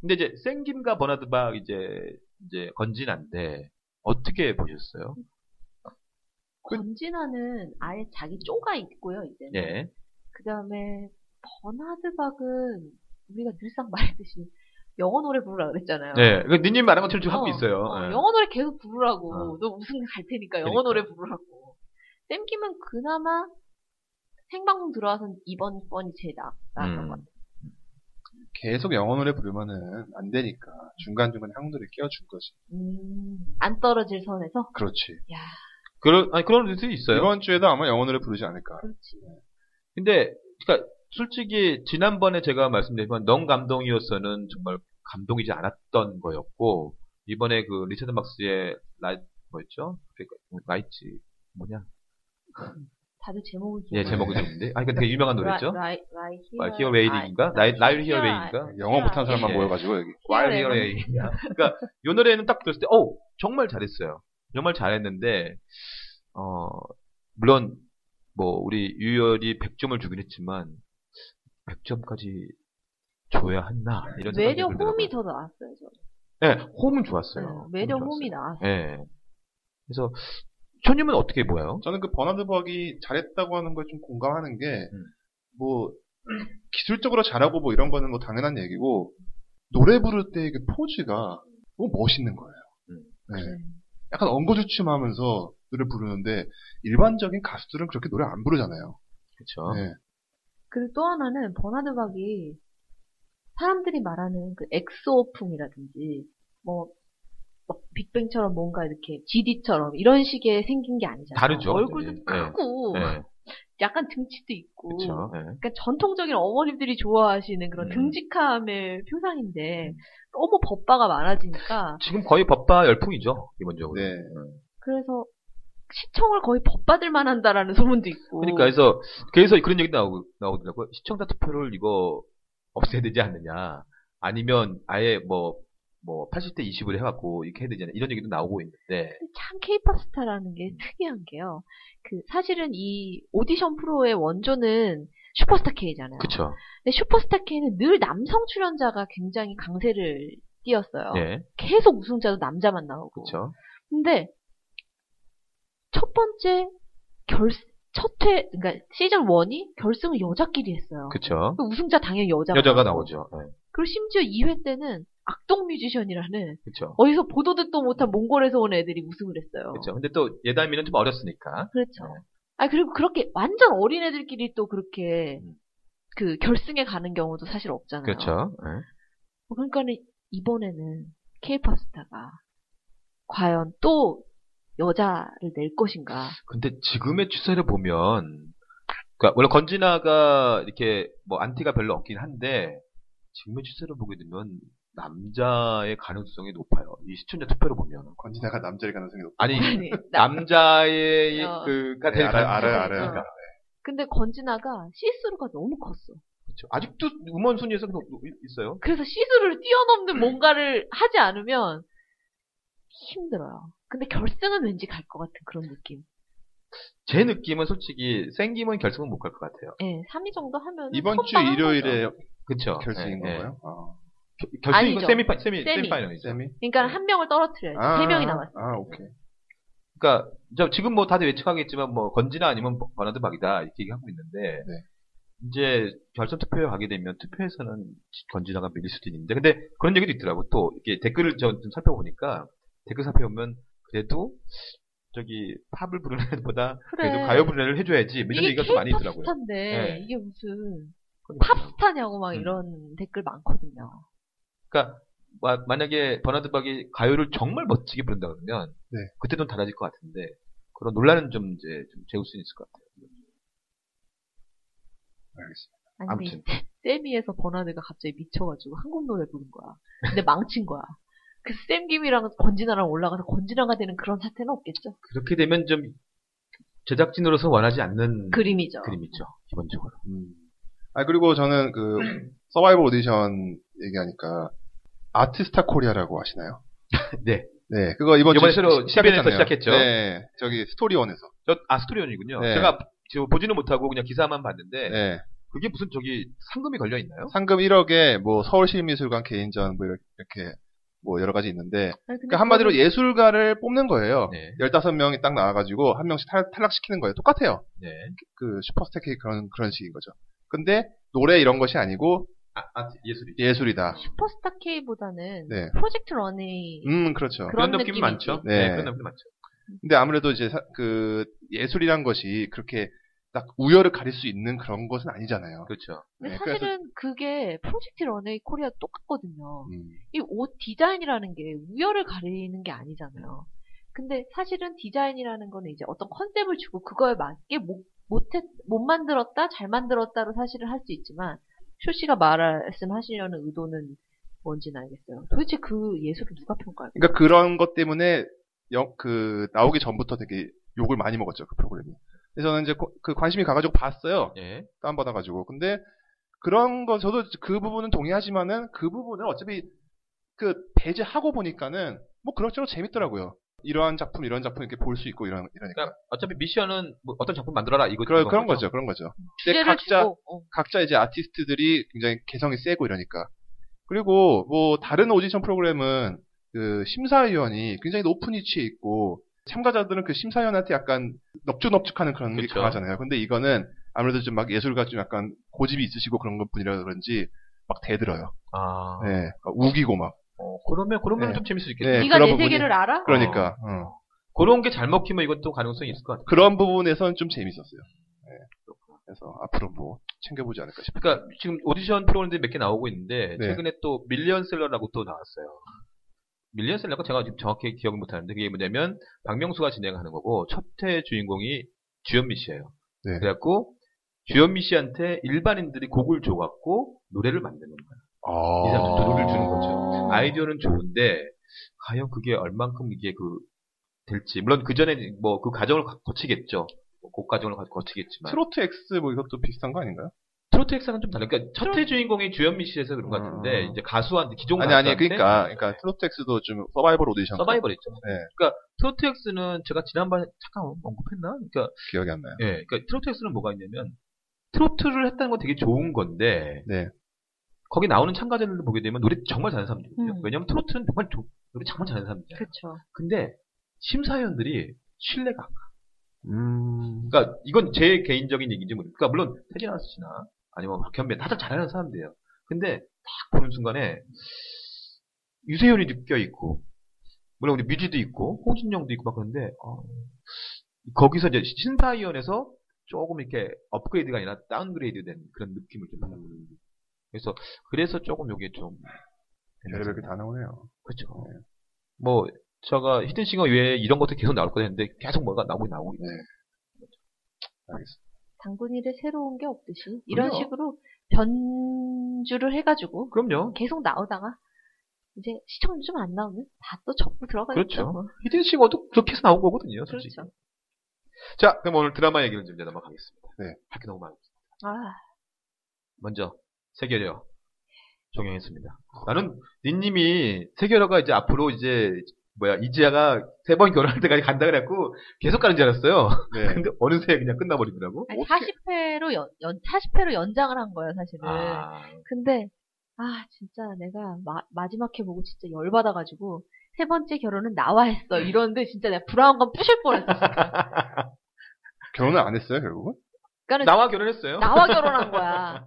근데 이제 생김과 버나드박 이제 이제 건진한데 어떻게 보셨어요?
권진아는 아예 자기 쪼가 있고요. 이제 는
예.
그 다음에 버나드박은 우리가 늘상 말했듯이 영어 노래 부르라 그랬잖아요.
예. 그 니님 말한 것처럼 지금 하고
어,
있어요.
어,
예.
영어 노래 계속 부르라고.
어.
너 우승 갈 테니까 영어
그러니까.
노래 부르라고. 쌤김은 그나마 생방송 들어와서 이번 번이 제일 나, 나았던
음.
것 같아요.
계속 영어 노래 부르면은 안 되니까 중간중간에 한국 노래 끼워준 거지.
음, 안 떨어질 선에서?
그렇지.
그런 아니 그런 일도 있어요.
이번 주에도 아마 영어 노래 부르지 않을까.
그렇지.
근데 그러니까 솔직히 지난번에 제가 말씀드렸지만 넌 감동이었어는 정말 감동이지 않았던 거였고 이번에 그 리차드 막스의 라이 뭐였죠? 그 라이츠 뭐냐?
다들 제목을 좀.
예 제목이 있는데 아 이거 되게 유명한 노래죠?
네.
아,
라이, 라이,
Why Here Waiting인가? Why Here Waiting인가?
영어 못하는 사람만
예.
모여가지고 여기.
네,
Why Here Waiting인가? 그러니까 이 노래는 딱 들었을 때, 어 정말 잘했어요. 정말 잘했는데 어 물론 뭐 우리 유열이 100점을 주긴 했지만 100점까지 줘야 했나 이런 생각이
매력
들더라고요.
홈이 더 나왔어요, 저는.
네, 홈은 좋았어요.
네, 매력
홈은
홈이
좋았어요.
나왔어요.
예. 그래서 초님은 어떻게
네.
보여요?
저는 그 버나드 버기 잘했다고 하는 걸 좀 공감하는 게,
음.
뭐, 기술적으로 잘하고 뭐 이런 거는 뭐 당연한 얘기고, 노래 부를 때의 그 포즈가 너무 멋있는 거예요.
음.
네. 약간 엉거주춤 하면서 노래 부르는데, 일반적인 가수들은 그렇게 노래 안 부르잖아요.
그렇죠.
네.
그리고 또 하나는 버나드박이 사람들이 말하는 그 엑소풍이라든지 뭐, 막 빅뱅처럼 뭔가 이렇게 GD처럼 이런 식의 생긴 게 아니잖아요.
다르죠.
얼굴도
네, 네.
크고
네,
약간 등치도 있고.
그렇죠. 예.
그러니까 전통적인 어머님들이 좋아하시는 그런
음.
듬직함의 표상인데 너무 법바가 많아지니까
지금 거의 법바 열풍이죠 기본적으로.
네.
그래서 시청을 거의 법받을만 한다라는 소문도 있고.
그러니까 그래서 그래서 그런 얘기 나오고 나오더라고요. 시청자 투표를 이거 없애야 되지 않느냐, 아니면 아예 뭐 뭐 80대 20을 해갖고 이렇게 해야 되잖아요. 이런 얘기도 나오고 있는데
참 케이팝 스타라는 게 특이한 게요. 그 사실은 이 오디션 프로의 원조는 슈퍼스타 K잖아요.
그쵸?
근데 슈퍼스타 K는 늘 남성 출연자가 굉장히 강세를 띄었어요.
예,
계속 우승자도 남자만 나오고.
그쵸?
근데 첫 번째 결 첫회 그러니까 시즌 1이 결승을 여자끼리 했어요.
그쵸?
그 우승자 당연히 여자가,
여자가
나오고.
나오죠. 예,
그리고 심지어 2회 때는 악동 뮤지션이라는
그쵸?
어디서 보도 듣도 못한 몽골에서 온 애들이 우승을 했어요.
그쵸? 근데 또 예담이는 좀 어렸으니까.
그렇죠. 아 그리고 그렇게 완전 어린 애들끼리 또 그렇게
음.
그 결승에 가는 경우도 사실 없잖아요.
그렇죠. 예.
뭐 그러니까는 이번에는 케이팝 스타가 과연 또 여자를 낼 것인가?
근데 지금의 추세를 보면, 그러니까 원래 건진아가 이렇게 뭐 안티가 별로 없긴 한데 지금의 추세를 보게 되면 남자의 가능성이 높아요. 이 시청자 투표를 보면.
건지나가 남자일 가능성이 높아.
아니
아니, 나-
남자의
어.
그가
네,
될
알아요,
가능성이
알아요,
있으니까.
알아요.
근데 건진아가 시스루가 너무 컸어.
그렇죠. 아직도 음원 순위에서 계속 있어요.
그래서 시스루를 뛰어넘는 뭔가를 하지 않으면 힘들어요. 근데 결승은 왠지 갈 것 같은 그런 느낌.
제 느낌은 솔직히 생기면 결승은 못 갈 것 같아요.
예, 3위 정도 하면
아, 이번 주 일요일에
그쵸?
결승인
예, 예.
건가요? 아,
결승이고
아니죠.
세미파, 세미,
세미.
세미파이널이죠.
쌤이?
그러니까 한 명을 떨어뜨려야지. 세 명이 남았어.
아, 오케이.
그러니까 저 지금 뭐 다들 예측하겠지만 뭐 건지나 아니면 버- 버나드 박이다 이렇게 얘기하고 있는데
네.
이제 결선 투표에 가게 되면 투표에서는 건지나가 밀릴 수도 있는데 근데 그런 얘기도 있더라고 또 이렇게 댓글을 저- 좀 살펴보니까 댓글 살펴보면 그래도 저기 팝을 부르는 애보다
그래.
그래도 가요 부르는 애를 해줘야지 뭐 이런
네. 이게
얘기가 좀 많이 있더라고요.
팝스타인데
예.
이게 무슨
그러니까
팝스타냐고 막
음.
이런 댓글 많거든요.
그러니까 마- 만약에 버나드 박이 가요를 정말 멋지게 부른다 그러면
네.
그때 좀 달라질 것 같은데 그런 논란은 좀 이제 좀 재울 수 있을 것 같아요.
알겠습니다.
아니
아무튼.
근데 세미에서 버나드가 갑자기 미쳐가지고 한국 노래 부른 거야. 근데 망친 거야. 그 쌤김이랑 권진아랑 올라가서 권진아가 되는 그런 사태는 없겠죠.
그렇게 되면 좀 제작진으로서 원하지 않는
그림이죠.
그림이죠 기본적으로.
아, 그리고 저는 그, 서바이벌 오디션 얘기하니까, 아티스타 코리아라고 아시나요?
네.
네, 그거 이번
이번에
주
새로
시- 시작했잖아요.
CBN에서 시작했죠.
네, 저기 스토리원에서.
저 아스토리온이군요.
네.
제가 지금 보지는 못하고 그냥 기사만 봤는데
네.
그게 무슨 저기 상금이 걸려 있나요?
상금 1억에 뭐 서울시민미술관 개인전 뭐 이렇게, 이렇게 뭐 여러 가지 있는데
아니, 근데
그러니까 한마디로
그거는
예술가를 뽑는 거예요.
네.
15명이 딱 나와가지고 한 명씩 탈, 락시키는 거예요. 똑같아요.
네.
그 슈퍼스타 K 그런 그런 식인 거죠. 근데 노래 이런 것이 아니고
아, 아트 예술이.
예술이다.
그렇죠.
슈퍼스타 K보다는
네.
프로젝트 런이
음 그렇죠.
그런
그런 느낌
느낌이지.
이 많죠.
네.
그런 느낌 많죠.
근데 아무래도 이제 사- 그 예술이란 것이 그렇게 딱 우열을 가릴 수 있는 그런 것은 아니잖아요.
그렇죠.
근데
네,
사실은 그게 프로젝트 런웨이 코리아 똑같거든요.
음,
이 옷 디자인이라는 게 우열을 가리는 게 아니잖아요. 근데 사실은 디자인이라는 거는 이제 어떤 컨셉을 주고 그거에 맞게 못, 못했, 못 만들었다, 잘 만들었다로 사실을 할 수 있지만, 쇼 씨가 말씀하시려는 의도는 뭔지는 알겠어요. 도대체 그 예술을 누가 평가할까?
그러니까 그런 것 때문에 영- 그 나오기 전부터 되게 욕을 많이 먹었죠 그 프로그램이. 그래서 저는 이제 고- 그 관심이 가가지고 봤어요.
예.
다운받아가지고. 근데 그런 거 저도 그 부분은 동의하지만은 그 부분을 어차피 그 배제하고 보니까는 뭐 그럭저럭 재밌더라고요. 이러한 작품, 이런 작품 이렇게 볼 수 있고 이런 이러니까.
그러니까 어차피 미션은 뭐 어떤 작품 만들어라 이거
그런 그렇죠, 그런 거죠, 그런 거죠. 근데
기대를
각자
주고, 어,
각자 이제 아티스트들이 굉장히 개성이 세고 이러니까. 그리고 뭐 다른 오디션 프로그램은 그 심사위원이 굉장히 높은 위치에 있고 참가자들은 그 심사위원한테 약간 넙죽넙죽하는 그런 게
그쵸.
강하잖아요. 근데 이거는 아무래도 좀 막 예술가 좀 약간 고집이 있으시고 그런 것 분이라 그런지 막 대들어요.
아.
예, 막 우기고 막
어, 그러면 그러면
네.
좀 재밌을 수 있겠네.
네,
네가
그런
내
부분이-
세계를 알아?
그러니까 어.
그런 게 잘 먹히면 이것도 가능성이 있을 것 같아요.
그런 부분에선 좀 재밌었어요. 예. 그래서 앞으로 뭐 챙겨보지 않을까 싶어요.
그러니까 지금 오디션 프로그램들이 몇 개 나오고 있는데
네.
최근에 또 밀리언셀러라고 또 나왔어요. 밀리언셀러가 제가 지금 정확히 기억을 못하는데 그게 뭐냐면 박명수가 진행하는 거고 첫 회 주인공이 주현미 씨예요.
네.
그래갖고 주현미 씨한테 일반인들이 곡을 줘갖고 노래를 만드는 거예요. 이 사람 좀 도둑을 주는 거죠. 아이디어는 좋은데 과연 그게 얼만큼 이게 그 될지 물론 그 전에 뭐 그 과정을 거- 거치겠죠. 뭐곡 과정을 거- 거치겠지만
트로트 X 뭐 이것도 비슷한 거 아닌가요?
트로트 엑사는 좀 달라요. 그러니까 첫회 주인공이 주현미 씨에서 그런 것 같은데
음.
이제 가수한테 기존
아니 아니
가수한테
그러니까 그러니까 트로트 X도 좀 서바이벌 오디션
서바이벌 있죠.
네.
그러니까 트로트 엑스는 제가 지난번에 잠깐 언급했나? 그러니까
기억이 안 나요.
예, 그러니까 트로트 엑스는 뭐가 있냐면 트로트를 했다는 건 되게 좋은 건데
네.
거기 나오는 참가자들을 보게 되면 노래 정말 잘하는 사람들이거든요.
음.
왜냐면 트로트는 정말 조- 노래 정말 잘하는 사람들이에요.
그렇죠.
근데 심사위원들이 신뢰가 안 가.
음.
그러니까 이건 제 개인적인 얘기인지 모르겠어요. 그러니까 물론 태진아 씨나 아니면 뭐 박현배 다들 잘하는 사람들이에요. 근데 딱 보는 순간에 유세윤이 느껴 있고 물론 우리 뮤지도 있고 홍진영도 있고 막 그런데 어, 거기서 이제 심사위원에서 조금 이렇게 업그레이드가 아니라 다운그레이드된 그런 느낌을 좀 받는 그래서 그래서 조금 요게 좀
별의별 게 다 나오네요.
그렇죠.
네.
뭐 제가 히든싱어 외에 이런 것도 계속 나올 거다 했는데 계속 뭐가 나오고 나오고 있네.
알겠습니다.
당군일에 새로운 게 없듯이 이런
그럼요.
식으로 변주를 해가지고
그럼요.
계속 나오다가 이제 시청률 좀 안 나오면 다 또 접고 들어가겠죠.
그렇죠.
뭐.
히든싱어도 그렇게 해서 나온 거거든요. 솔직히.
그렇죠.
자, 그럼 오늘 드라마 얘기는 좀 이제 넘어가겠습니다.
네.
할게 너무 많습니다.
아,
먼저
아, 네.
세계려 종영했습니다. 나는 니님이 세계려가 이제 앞으로 이제 뭐야 이지아가 세 번 결혼할 때까지 간다 그래갖고 계속 가는 줄 알았어요.
네.
근데 어느새 그냥 끝나버리더라고.
아니,
어떻게-
40회로 연, 연 40회로 연장을 한 거예요, 사실은.
아,
근데 아 진짜 내가 마, 마지막 회 보고 진짜 열 받아가지고 세 번째 결혼은 나와 했어 이러는데 진짜 내가 브라운관 부실 뻔했어.
결혼을 안 했어요 결국은?
그러니까
나와 결혼했어요.
나와 결혼한 거야.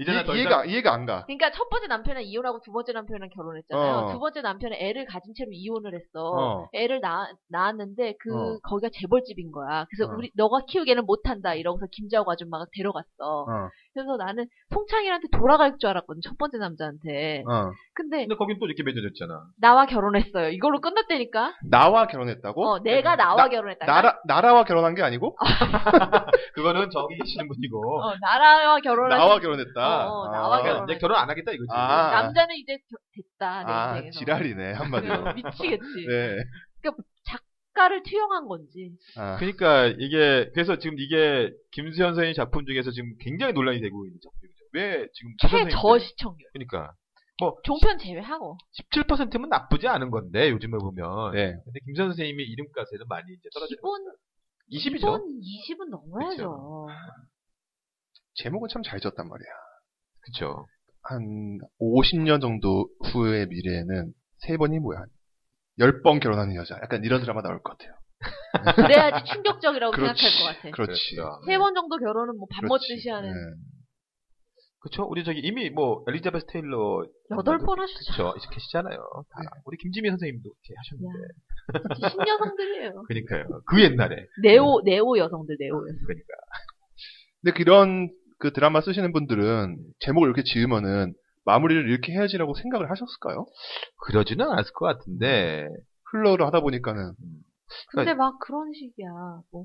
이, 이해가 이해가 안 가.
그러니까 첫 번째 남편은 이혼하고 두 번째 남편이랑 결혼했잖아요.
어.
두 번째 남편은 애를 가진 채로 이혼을 했어.
어.
애를 낳, 낳았는데 그
어.
거기가 재벌집인 거야. 그래서
어.
우리 너가 키우기에는 못한다 이러고서 김자옥 아줌마가 데려갔어.
어.
그래서 나는 송창일한테 돌아갈 줄 알았거든 첫 번째 남자한테.
어.
근데
근데 거긴 또 이렇게 맺어졌잖아.
나와 결혼했어요. 이걸로 끝났다니까.
나와 결혼했다고?
어, 내가 나와
나-
결혼했다.
나라 나라와 결혼한 게 아니고
그거는 저기 계시는 분이고. 그러니까
어, 나라와 결혼을
나와
했-
결혼했다.
어,
아.
나와 결혼.
이제 결혼 안 하겠다 이거지.
아.
남자는 이제 겨- 됐다 내
아,
인생에서. 어,
지랄이네
그러니까.
한마디로.
미치겠지.
네.
작가를 투영한 건지.
아,
그러니까 이게 그래서 지금 이게 김수현 선생님 작품 중에서 지금 굉장히 논란이 되고 있는 작품이죠. 왜 지금 김
최저
선생님들-
시청률.
그러니까
종편 제외하고.
17%면 나쁘지 않은 건데 요즘에 보면.
네.
근데 김수현 선생님이 이름값에는 많이 이제 떨어지는.
기본
20이죠.
기본 20은 넘어야죠.
그렇죠. 제목은 참 잘 지었단 말이야.
그렇죠.
한 50년 정도 후의 미래에는 세 번이 뭐야? 열 번 결혼하는 여자. 약간 이런 드라마 나올 것 같아요.
그래야지 충격적이라고
그렇지.
생각할 것 같아.
그렇지.
세 번 정도 결혼은 뭐 밥
그렇지.
먹듯이 하는
네.
그렇죠. 우리 저기 이미 뭐 엘리자베스 테일러
네.
여덟 번 하셨죠.
그렇죠. 계시잖아요. 다. 우리 김지미 선생님도 이렇게 하셨는데.
신여성들이에요.
그러니까요. 그 옛날에.
네오 네오 여성들 네오 여성.
그러니까.
근데 그런 그 드라마 쓰시는 분들은 제목을 이렇게 지으면은 마무리를 이렇게 해야지라고 생각을 하셨을까요?
그러지는 않았을 것 같은데.
흘러를 하다 보니까는
근데
그러니까-
막 그런 식이야. 뭐,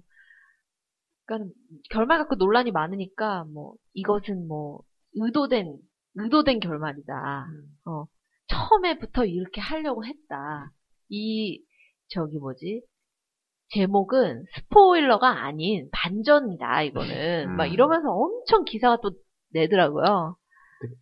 그러니까 결말 갖고 논란이 많으니까 뭐 이것은 뭐 의도된 의도된 결말이다.
음.
어 처음에부터 이렇게 하려고 했다. 이 저기 뭐지 제목은 스포일러가 아닌 반전이다 이거는
음.
막 이러면서 엄청 기사가 또 내더라고요.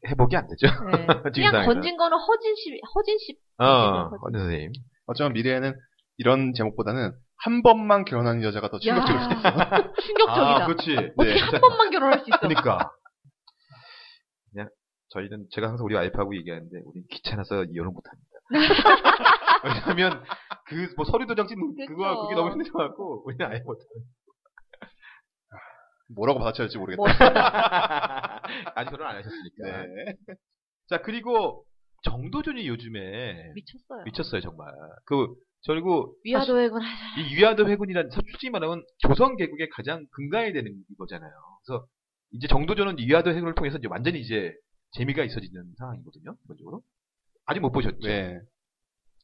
회복이 안 되죠.
네.
지금
그냥
당에서는.
건진 거는 허진 씨 허진 씨
어, 허진 선생님.
어쩌면 미래에는 이런 제목보다는 한 번만 결혼하는 여자가 더
야,
충격적일 수도 있어요.
충격적이다.
아, 그렇지.
어떻게
네.
한 번만 결혼할 수 있어?
그러니까. 그냥 저희는 제가 항상 우리 와이프하고 얘기하는데 우린 귀찮아서 이혼을 못합니다. 왜냐하면 그 뭐 서류 도장 찍는 그거
그쵸.
그게 너무 힘들어갖고 우리는 아예 못해.
뭐라고 받아쳐야 지 모르겠다.
아직 결혼 안 하셨으니까.
네.
자 그리고 정도준이 요즘에
미쳤어요.
미쳤어요 정말. 그 저리고
위화도에 건 하자.
이 유야도 회군이란 사- 솔직히 말하면 조선 개국의 가장 근간이 되는 이거잖아요. 그래서 이제 정도전은 유야도 회군을 통해서 이제 완전히 이제 재미가 있어지는 상황이거든요. 기본적으로 아직 못 보셨죠?
네.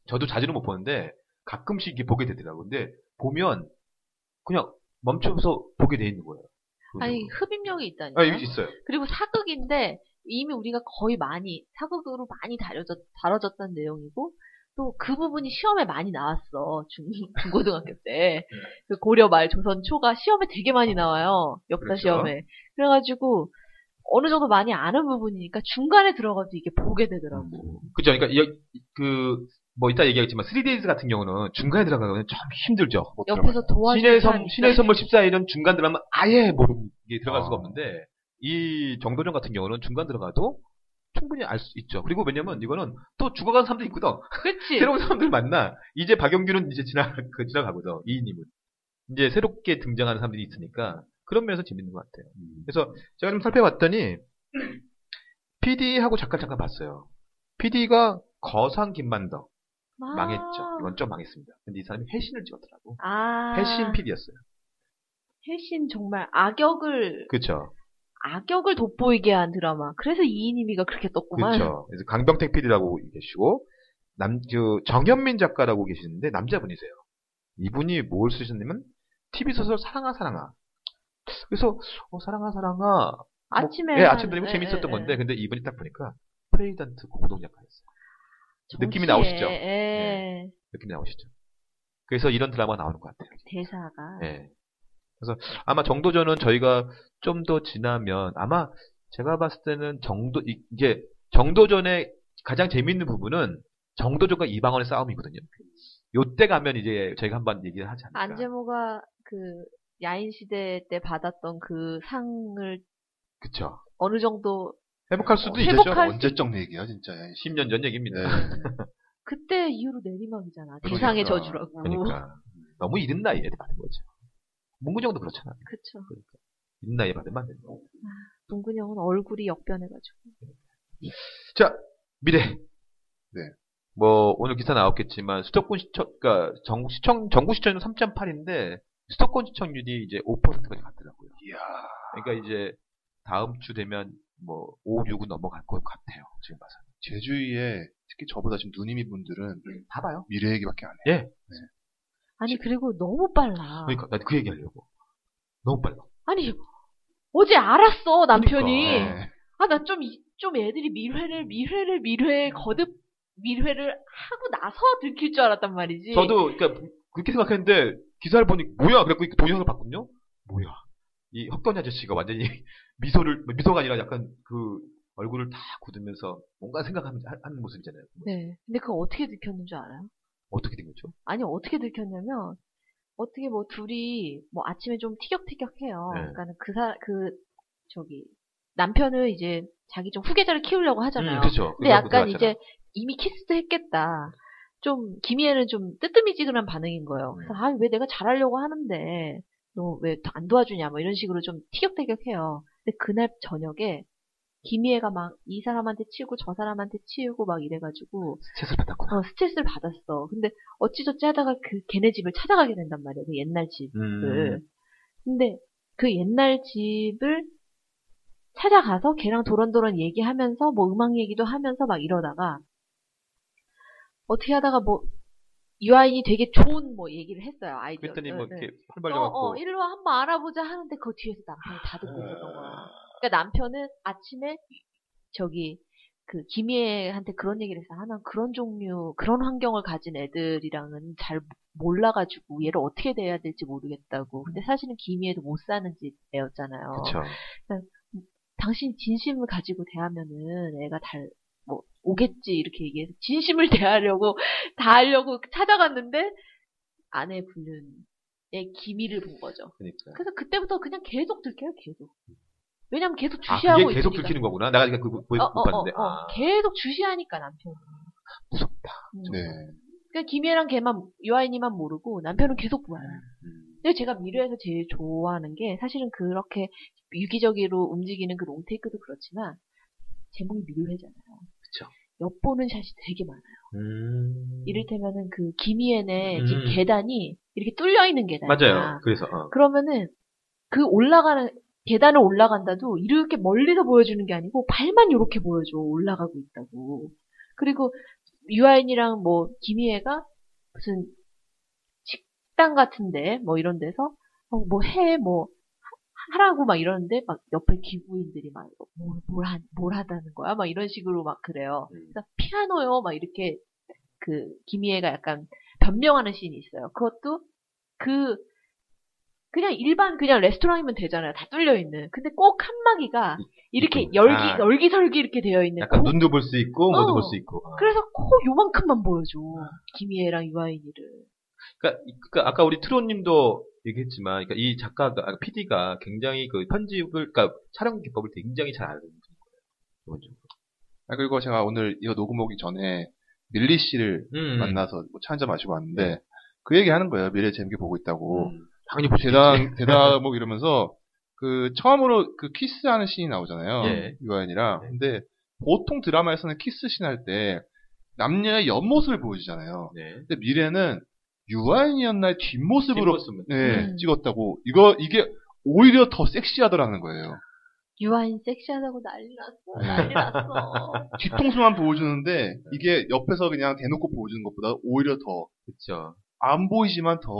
저도 자주는 못 보는데 가끔씩 이게 보게 되더라고요. 근데 보면 그냥 멈춰서 보게 돼 있는 거예요.
아니
기본적으로.
흡입력이 있다니까.
음. 아, 여기 있어요.
그리고 사극인데 이미 우리가 거의 많이 사극으로 많이 다뤄졌 다뤄졌던 내용이고 또 그 부분이 시험에 많이 나왔어 중 중고등학교 때
음.
그 고려 말 조선 초가 시험에 되게 많이 나와요 역사
아, 그렇죠.
시험에 그래가지고 어느 정도 많이 아는 부분이니까 중간에 들어가도 이게 보게 되더라고.
그죠? 그러니까 이- 그 뭐 이따 얘기하겠지만 3데이즈 같은 경우는 중간에 들어가면 참 힘들죠. 못 들어가요.
옆에서 도와주는
신의
사람이
섬,
있어야
신의 선물 14일은 중간 들어가면 아예 모르는 게 들어갈
아.
수가 없는데, 이 정도전 같은 경우는 중간 들어가도 충분히 알 수 있죠. 그리고 왜냐면 이거는 또 죽어간 사람도 있거든.
그치.
새로운 사람들 만나. 이제 박영규는 이제 지나, 그 지나가거든. 이인님은. 이제 새롭게 등장하는 사람들이 있으니까 그런 면에서 재밌는 것 같아요. 그래서 제가 좀 살펴봤더니, PD하고 잠깐 잠깐 봤어요. PD가 거상 김만덕
아.
망했죠. 이건 좀 망했습니다. 근데 이 사람이 회신을 찍었더라고.
아.
회신 PD였어요.
해신 정말 악역을
그렇죠.
악역을 돋보이게 한 드라마. 그래서 이인희미가 그렇게 떴구만.
그렇죠. 그래서 강병택 PD라고 계시고 남, 그 정현민 작가라고 계시는데 남자분이세요. 이분이 뭘 쓰셨냐면 TV 소설 사랑아 사랑아. 그래서 어, 사랑아 사랑아
아침에
뭐, 예,
하는-
아침 들으면
예,
재밌었던
예,
건데
예.
근데 이분이 딱 보니까 프레이던트 공동 작가였어요. 느낌이
정치에,
나오시죠?
예.
느낌 나오시죠? 그래서 이런 드라마 가 나오는 것 같아요.
대사가
예. 그래서 아마 정도전은 저희가 좀 더 지나면 아마 제가 봤을 때는 정도 이- 이게 정도전의 가장 재미있는 부분은 정도전과 이방원의 싸움이거든요. 요때 가면 이제 저희가 한번 얘기를 하지 않을까.
안재모가 그 야인 시대 때 받았던 그 상을
그쵸.
어느 정도
회복할 수도
어,
있겠죠.
회복할 수-
언제적 얘기야 진짜. 야, 씨.
10년 전
네.
얘기입니다.
그때 이후로 내리막이잖아.
그러니까.
비상의 저주라고.
그러니까 너무 이른 나이에 받은 거죠. 문구정도 그렇잖아요. 그러니까.
그쵸.
이른 나이에 받으면 안 된다.
동근이 형은 얼굴이 역변해가지고.
자, 미래.
네.
뭐, 오늘 기사 나왔겠지만, 수도권 시청, 그니까, 전국 시청, 전국 시청률 3.8인데, 수도권 시청률이 이제 5%까지 갔더라고요.
이야.
그러니까 이제, 다음 주 되면, 뭐, 5, 6은 넘어갈 것 같아요. 지금 봐서.
제주위에 특히 저보다 지금 누님이 분들은
다 봐요.
미래 얘기밖에 안 해.
아니 그리고 너무
아.
빨라.
그러니까, 나 그 얘기 하려고. 너무 빨라.
아니 어제 알았어 남편이.
그러니까.
네.
아 나 좀 좀 애들이 밀회를 밀회를 밀회 거듭 밀회를 하고 나서 들킬 줄 알았단
예.
말이지.
저도, 그니까, 그렇게 생각했는데, 기사를 보니, 뭐야! 그래갖고 이렇게 동영상을 봤거든요? 뭐야. 이 헛견이 아저씨가 완전히 미소를, 미소가 아니라 약간 그, 얼굴을 다 굳으면서 뭔가 생각하면서 하- 하는 모습이잖아요.
네. 근데 그거 어떻게 들켰는 줄 알아요?
어떻게 된 거죠?
아니 어떻게 들켰냐면 어떻게 뭐 둘이 뭐 아침에 좀 티격태격해요.
네.
그러니까 그사그 저기 남편은 이제 자기 좀 후계자를 키우려고 하잖아요.
그렇죠.
근데 약간 이제 이미 키스도 했겠다. 좀 김희애는 좀 뜨뜨미지근한 반응인 거예요. 그래서 아 왜 내가 잘하려고 하는데 너 왜 안 도와주냐 뭐 이런 식으로 좀 티격태격해요. 근데 그날 저녁에 김희애가 막 이 사람한테 치우고 저 사람한테 치우고 막 이래가지고
스트레스 받았구나.
어, 스트레스를 받았어. 근데 어찌저찌 하다가 그 걔네 집을 찾아가게 된단 말이야. 그 옛날 집을.
음.
네. 근데 그 옛날 집을 찾아가서 걔랑 도런도런 얘기하면서 뭐 음악 얘기도 하면서 막 이러다가 어떻게 하다가 뭐 유아인이 되게 좋은 뭐 얘기를 했어요. 아이디어.
그랬더니 뭐
네.
이렇게 펄
어,
발려갖고
어, 일로 와 한번 알아보자 하는데 그 뒤에서 남편이 다 듣고 있었던
아.
거야. 그러니까 남편은 아침에 저기 그 김희애한테 그런 얘기를 해서 하나 그런 종류 그런 환경을 가진 애들이랑은 잘 몰라가지고 얘를 어떻게 대해야 될지 모르겠다고. 근데 사실은 김희애도 못 사는 집 애였잖아요.
그쵸.
당신 진심을 가지고 대하면은 애가 달, 뭐, 오겠지, 이렇게 얘기해서, 진심을 대하려고, 다 하려고 찾아갔는데, 아내 불륜의 기미를 본 거죠.
그러니까.
그래서 그때부터 그냥 계속 들켜요, 계속. 왜냐면 계속
아,
주시하고
그게 계속
있으니까.
들키는 거구나. 내가 그거 보- 못
어, 어, 어,
봤는데.
어.
아,
계속 주시하니까, 남편이.
무섭다.
음.
네.
그러니까 김혜랑 걔만, 유아인이만 모르고, 남편은 계속 몰아요.
음.
근데 제가 미래에서 제일 좋아하는 게 사실은 그렇게 유기적으로 움직이는 그 롱테이크도 그렇지만 제목이 미래잖아요.
그쵸.
엿보는 샷이 되게 많아요.
음.
이를테면은 그 김희애네
음.
집 계단이 이렇게 뚫려 있는 계단이야.
맞아요. 그래서, 어.
그러면은 그 올라가는 계단을 올라간다도 이렇게 멀리서 보여주는 게 아니고 발만 이렇게 보여줘 올라가고 있다고. 그리고 유아인이랑 뭐 김희애가 무슨 식당 같은데 뭐 이런 데서 뭐 해 뭐 하라고 막 이러는데 막 옆에 기부인들이 막뭘뭘뭘 하다는 거야 막 이런 식으로 막 그래요.
음.
그래서 피아노요 막 이렇게 그 김희애가 약간 변명하는 씬이 있어요. 그것도 그 그냥 일반 그냥 레스토랑이면 되잖아요. 다 뚫려 있는. 근데 꼭 한마디가 이렇게
있고.
열기
아.
열기설기 이렇게 되어 있는.
약간
코-
눈도 볼 수 있고, 뭐도
어.
볼 수 있고. 아.
그래서 코 요만큼만 보여줘. 김희애랑 유아인이를.
그러니까, 이- 그러니까 아까 우리 트론님도 얘기했지만, 그러니까 이 작가가 아, PD가 굉장히 그 편집을, 그러니까 촬영 기법을 굉장히 잘 아는 분인 거예요. 기본적으로.
아, 그리고 제가 오늘 이거 녹음 오기 전에 밀리 씨를
음. 네.
만나서 뭐 차 한 잔 마시고 왔는데 그 얘기 하는 거예요. 미래 재밌게 보고 있다고.
음. 당연히 보시겠지.
대단 대단 뭐 이러면서 그 처음으로 그 키스하는 씬이 나오잖아요.
예.
유아인이랑.
네.
근데 보통 드라마에서는 키스 씬 할 때 남녀의 옆모습을 보여주잖아요.
네.
근데 미래는 유아인이었날 뒷모습으로
뒷모습은.
네,
음.
찍었다고. 이거 이게 오히려 더 섹시하더라는 거예요.
유아인 섹시하다고 난리
음.
났어. 난리 났어.
뒤통수만 보여주는데 이게 옆에서 그냥 대놓고 보여주는 것보다 오히려 더
그쵸.
안 보이지만 더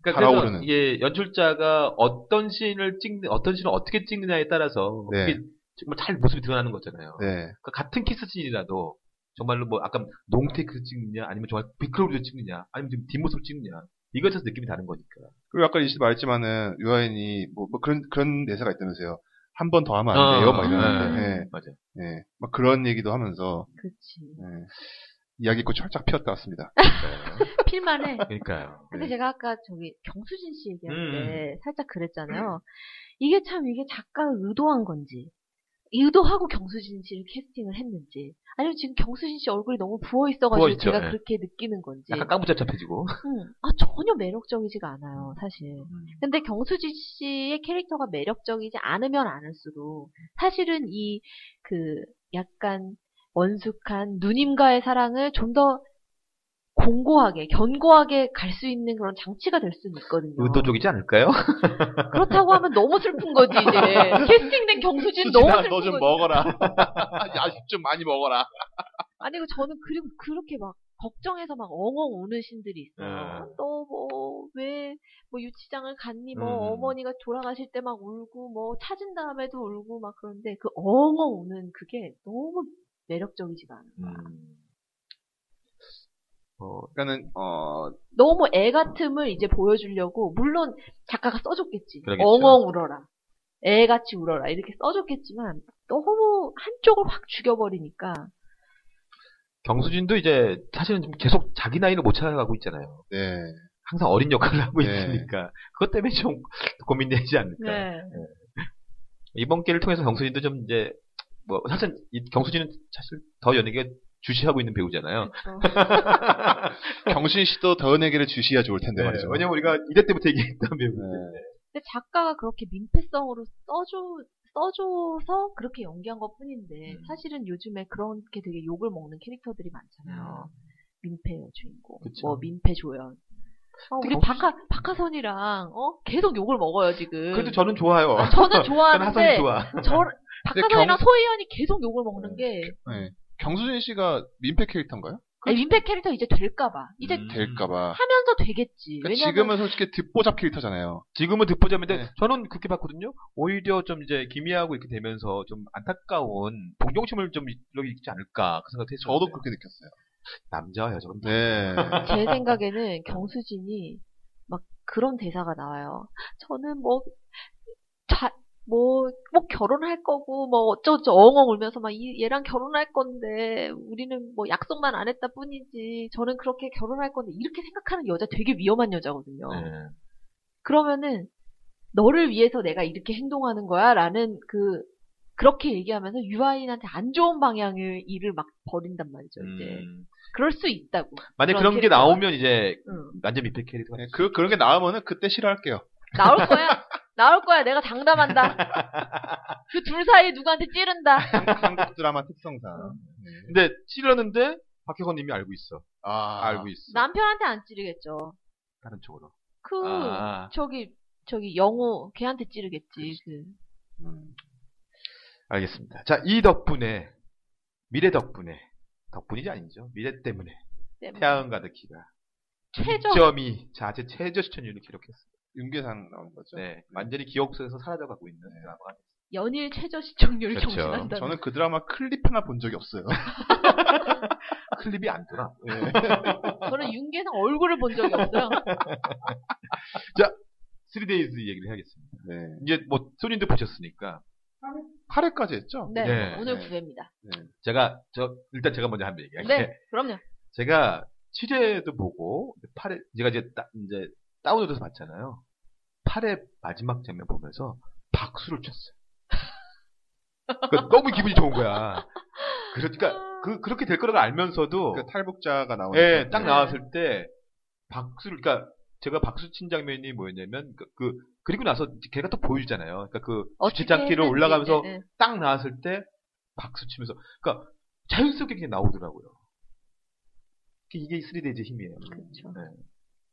그러니까
달아오르는.
그래서 이게 연출자가 어떤 씬을 찍는 어떤 씬을 어떻게 찍느냐에 따라서
네.
그게 정말 잘 모습이 드러나는 거잖아요.
네.
그러니까 같은 키스 씬이라도 정말로 뭐 아까 농테크 찍느냐 아니면 정말 비클로리로 찍느냐 아니면 지금 뒷모습 찍느냐 이거에 따라서 느낌이 다른 거니까.
그리고 아까 이씨 말했지만은 유아인이 뭐, 뭐 그런 그런 대사가 있다면서요. 한 번 더
아, 어.
하면 안 돼요. 네. 막
음. 네.
이러는데.
이러는데.
맞아. 요
예. 예. 막 그런 얘기도 하면서
그치.
예. 이야기꽃이 활짝 피었다 왔습니다.
그러니까요.
필만해.
네. 그러니까요.
근데
네.
제가 아까 저기 경수진 씨 얘기할 때 살짝
음.
그랬잖아요. 이게 참 이게 작가가 의도한 건지, 의도하고 경수진 씨를 캐스팅을 했는지, 아니면 지금 경수진 씨 얼굴이 너무 부어 있어가지고
부어있죠,
제가
예.
그렇게 느끼는 건지,
약간 까무잡잡해지고.
음, 아 전혀 매력적이지가 않아요, 사실. 근데 경수진 씨의 캐릭터가 매력적이지 않으면 않을수록 사실은 이 그 약간 원숙한 누님과의 사랑을 좀 더 공고하게, 견고하게 갈 수 있는 그런 장치가 될 수는 있거든요.
의도적이지 않을까요?
그렇다고 하면 너무 슬픈 거지, 이제. 캐스팅된 경수진 너무 슬픈
너좀
거지.
먹어라.
아,
야식 좀 많이 먹어라.
아니, 그 저는 그리고 그렇게 막 걱정해서 막 엉엉 우는 신들이 있어요.
아.
너 뭐, 왜, 뭐 유치장을 갔니, 뭐
음.
어머니가 돌아가실 때 막 울고, 뭐 찾은 다음에도 울고 막 그런데 그 엉엉 우는 그게 너무 매력적이지가 않아.
음. 어,
그러니까는 어
너무 애 같음을 이제 보여주려고, 물론 작가가 써줬겠지.
그러겠죠.
엉엉 울어라. 애같이 울어라. 이렇게 써줬겠지만, 너무 한쪽을 확 죽여버리니까,
경수진도 이제 사실은 좀 계속 자기 나이를 못 찾아가고 있잖아요.
네.
항상 어린 역할을 하고
네.
있으니까 그것 때문에 좀 고민되지 않을까.
네.
이번 기회를 통해서 경수진도 좀 이제 뭐 사실 이 경수진은 사실 더 연예계 주시하고 있는 배우잖아요.
그렇죠.
경신 씨도 더 연예계를 주시야 좋을 텐데 말이죠.
네. 왜냐면 우리가 이대 때부터 얘기했던 배우인데.
네.
근데 작가가 그렇게 민폐성으로 써줘, 써줘서 그렇게 연기한 것 뿐인데,
음.
사실은 요즘에 그렇게 되게 욕을 먹는 캐릭터들이 많잖아요. 민폐 주인공.
음. 그쵸.
뭐, 민폐 조연. 어, 우리
근데
박하, 박하선이랑, 어? 계속 욕을 먹어요, 지금.
그래도 저는 좋아요.
아, 저는
저는
좋아하는데,
하선이 좋아. 뭐
저, 박하선이랑
경-
소희연이 계속 욕을 먹는 게,
네. 경수진 씨가 민폐 캐릭터인가요?
아, 민폐 캐릭터 이제 될까봐. 이제
그렇죠. 음.
될까봐.
하면서 되겠지.
그러니까
왜냐면,
지금은 솔직히 듣보잡 캐릭터잖아요.
지금은 득보점인데
네.
저는 그렇게 봤거든요. 오히려 좀 이제 기미하고 이렇게 되면서 좀 안타까운 동정심을 좀 이렇게 있지 않을까 그 생각했어요.
저도 그렇게 느꼈어요.
남자와 여자 는
네.
제 생각에는 경수진이 막 그런 대사가 나와요. 저는 뭐, 자, 뭐, 뭐 결혼할 거고, 뭐 어쩌고저쩌고 엉엉 울면서 막 이- 얘랑 결혼할 건데, 우리는 뭐 약속만 안 했다 뿐이지, 저는 그렇게 결혼할 건데, 이렇게 생각하는 여자 되게 위험한 여자거든요.
네.
그러면은, 너를 위해서 내가 이렇게 행동하는 거야? 라는 그, 그렇게 얘기하면서 유아인한테 안 좋은 방향의 일을 막 버린단 말이죠, 이제.
음.
그럴 수 있다고.
만약
네. 그런
그런, 게
캐릭터가.
나오면 이제
응.
완전 미필 캐릭터가
네, 그, 그런 게 나오면은 그때 싫어할게요.
나올 거야. 나올 거야. 내가 장담한다. 그 둘 사이에 누구한테 찌른다.
한- 한국 드라마 특성상. 네.
근데 찔렀는데 박혜건님이 알고 있어.
아,
알고 있어.
남편한테 안 찌르겠죠.
다른 쪽으로.
그
아.
저기 저기 영호 걔한테 찌르겠지. 그.
음.
알겠습니다. 자, 이 덕분에 미래 덕분에 덕분이지 아니죠. 미래 때문에
때문에.
태양 가득히가
최저
2.2 자체 최저 시청률을 기록했습니다.
윤계상 나온 거죠.
네, 완전히 기억 속에서 사라져가고 있는
네.
드라마가
연일 최저 시청률
그렇죠.
정신한다.
저는 그 드라마 클립 하나 본 적이 없어요.
클립이 안 돌아.
네.
저는 윤계상 얼굴을 본 적이 없어요.
3days 얘기를 해야겠습니다.
네.
이제 뭐 소님도 보셨으니까
8회까지 했죠?
네,
네,
오늘
네.
구회입니다
제가 저 일단 제가 먼저 한번 얘기할게요.
네, 그럼요.
제가 7회도 보고 8회 제가 이제 따, 이제 다운로드해서 봤잖아요. 8회 마지막 장면 보면서 박수를 쳤어요. 그러니까 너무 기분이 좋은 거야. 그러니까 그 그렇게 될 거라고 알면서도
그 탈북자가 나오는.
예, 딱
네.
나왔을 때 박수를 그러니까 제가 박수 친 장면이 뭐였냐면 그, 그 그리고 나서 걔가 또 보여주잖아요. 그러니까 그
어떻게
주차장길을
했는지,
올라가면서
네, 네.
딱 나왔을 때 박수 치면서 그러니까 자연스럽게 그냥 나오더라고요. 이게 3D의 힘이에요.
그렇죠.
네.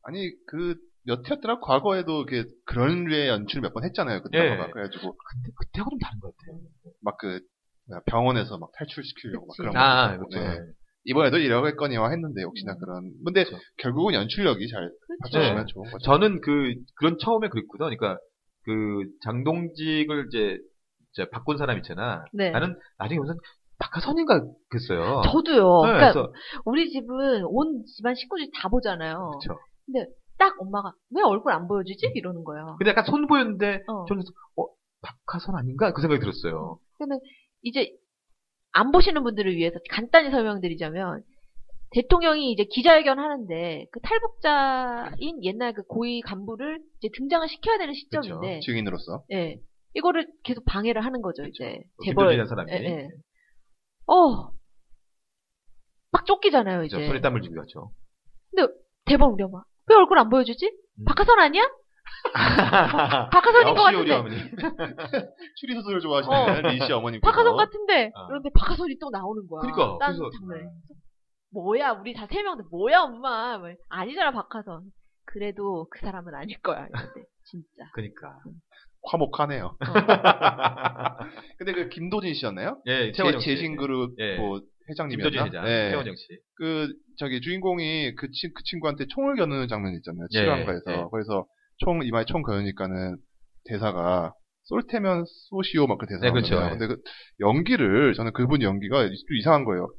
아니, 그, 몇 회였더라? 과거에도 이렇게 그런 류의 연출 몇 번 했잖아요. 그
예.
드라마가. 그래가지고,
근데 그때하고 좀 다른 것 같아요.
막 그, 뭐야, 병원에서 막 탈출시키려고 막
그치.
그런 거.
아,
있었고,
그렇죠.
네. 이번에도 이러고 했거니와 했는데,
음.
역시나 그런. 근데
그렇죠.
결국은 연출력이 잘
그렇죠.
받쳐주면
네.
좋은 거죠.
저는 그 그런 처음에 그랬거든. 그러니까 그 장동직을 이제 이제 바꾼 사람 있잖아.
네.
나는 나중에 무슨 박하선인가 그랬어요.
저도요.
네,
그러니까
그래서
우리 집은 온 집안 식구들이 다 보잖아요.
그렇죠.
딱 엄마가 왜 얼굴 안 보여주지? 이러는 거예요.
근데 약간 손 보였는데
어.
저는 어 박하선 아닌가 그 생각이 들었어요.
그러면 이제 안 보시는 분들을 위해서 간단히 설명드리자면 대통령이 이제 기자회견 하는데 그 탈북자인 옛날 그 고위 간부를 이제 등장을 시켜야 되는
그렇죠.
시점인데
증인으로서.
예. 이거를 계속 방해를 하는 거죠, 이제.
그 김도진이라는 사람이
예, 예. 어. 막 쫓기잖아요, 이제.
그렇죠. 손에 땀을 쥐고 갔죠.
대박 우리 엄마. 왜 얼굴 안 보여주지?
음.
박하선 아니야? 박하선인 것
역시 우리
같은데.
어머니.
추리
어.
소설을 좋아하시는 리 씨 어머님께서
박하선 같은데.
아.
그런데 박하선이 또 나오는 거야.
그러니까,
딴
그래서-
장면에. 뭐야, 우리 다 세 명인데 뭐야, 엄마. 뭐, 아니잖아, 박하선. 그래도 그 사람은 아닐 거야. 이랬는데. 진짜.
그러니까.
화목하네요. 근데 그 김도진 씨였나요? 제
예, 태원영 씨.
재신그룹
예.
뭐
김도진
회장님이었나?
회장,
네.
태원영 씨.
그 저기 주인공이 그, 친, 그 친구한테 총을 겨누는 장면 있잖아요.
예,
치료한가에서
예.
그래서 총 이마에 총 겨누니까는 대사가 쏠 테면 쏘시오 막 그 대사가
네, 그렇죠.
나오잖아요. 근데 그 연기를 저는 그분 연기가 좀 이상한 거예요.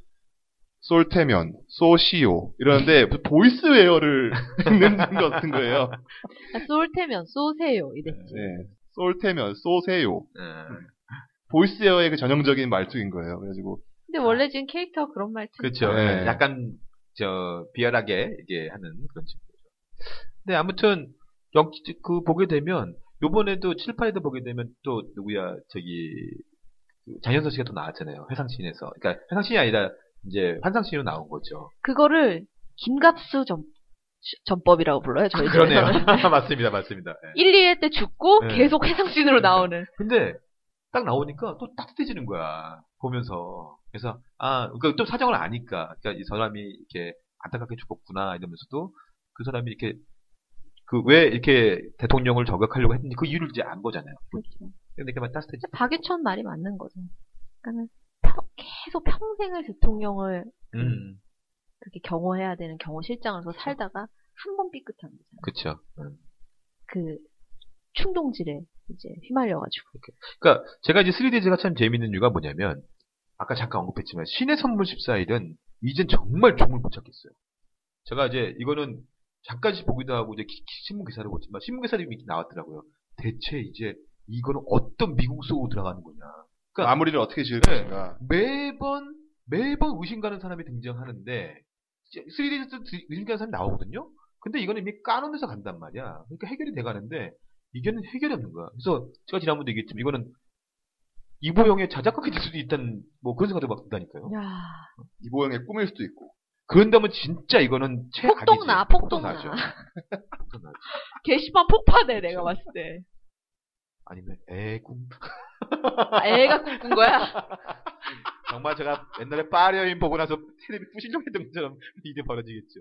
쏠 테면 쏘시오 이러는데 무슨 보이스웨어를 듣는 것 같은 거예요.
아, 쏠 테면 쏘세요. 이랬지.
네. 쏠 테면 쏘세요.
예.
보이스웨어의 그 전형적인 말투인 거예요. 그래가지고
근데 원래 지금 캐릭터가 그런 말 참.
아. 그렇죠.
네.
예, 약간 저 비열하게 이게 하는 그런 친구죠. 근데 아무튼 영, 그 보게 되면 요번에도 칠팔에도 보게 되면 또 누구야 저기 그 장현서 씨가 또 나왔잖아요. 회상신에서. 그러니까 회상신이 아니라 이제 환상신으로 나온 거죠.
그거를 김갑수 전, 전법이라고 불러요, 저희
아, 그러네요.
집에서는.
맞습니다. 맞습니다. 예.
1, 2회 때 죽고
네.
계속 해상신으로 나오는.
근데 딱 나오니까 또 따뜻해지는 거야 보면서 그래서 아 그러니까 또 사정을 아니까 그러니까 이 사람이 이렇게 안타깝게 죽었구나 이러면서도 그 사람이 이렇게 그 왜 이렇게 대통령을 저격하려고 했는지 그 이유를 이제 안 거잖아요.
그렇죠.
근데 이렇게 막 따뜻해지.
박유천 말이 맞는 거죠. 그러니까는 평- 계속 평생을 대통령을
음,
그렇게 경호해야 되는 경호실장으로서 살다가 한 번 삐끗한 거잖아요.
그렇죠. 음.
그 충동질에 이제 휘말려가지고.
그러니까 제가 이제 3DS가 참 재밌는 이유가 뭐냐면 아까 잠깐 언급했지만 신의 선물 14일은 이젠 정말 종을 못 찾겠어요. 제가 이제 이거는 잠깐씩 보기도 하고 이제 기- 기- 신문 기사를 봤지만 신문 기사들이 이렇게 나왔더라고요. 대체 이제 이거는 어떤 미국 속으로 들어가는 거냐.
그
그러니까
마무리를 어떻게 지을
네.
것인가.
매번 매번 의심 가는 사람이 등장하는데 3D에서 의심 가는 사람이 나오거든요. 근데 이거는 이미 까놓으면서 간단 말이야. 그러니까 해결이 돼가는데 이게는 해결이 없는 거야. 그래서 제가 지난번에 얘기했지만 이거는 이보영의 자작극이 될 수도 있다는 뭐 그런 생각도 막 든다니까요.
야
이보영의 꿈일 수도 있고.
그런다면 진짜 이거는 최악이지.
폭동나, 폭동나.
폭동나죠. 폭동나죠.
게시판 폭파돼
그렇죠.
내가 봤을 때.
아니면 애꿈.
아, 애가 꿈꾼 거야.
정말 제가 옛날에 파리여인 보고 나서 텔레비 부실령 했던 것처럼 이제 벌어지겠죠.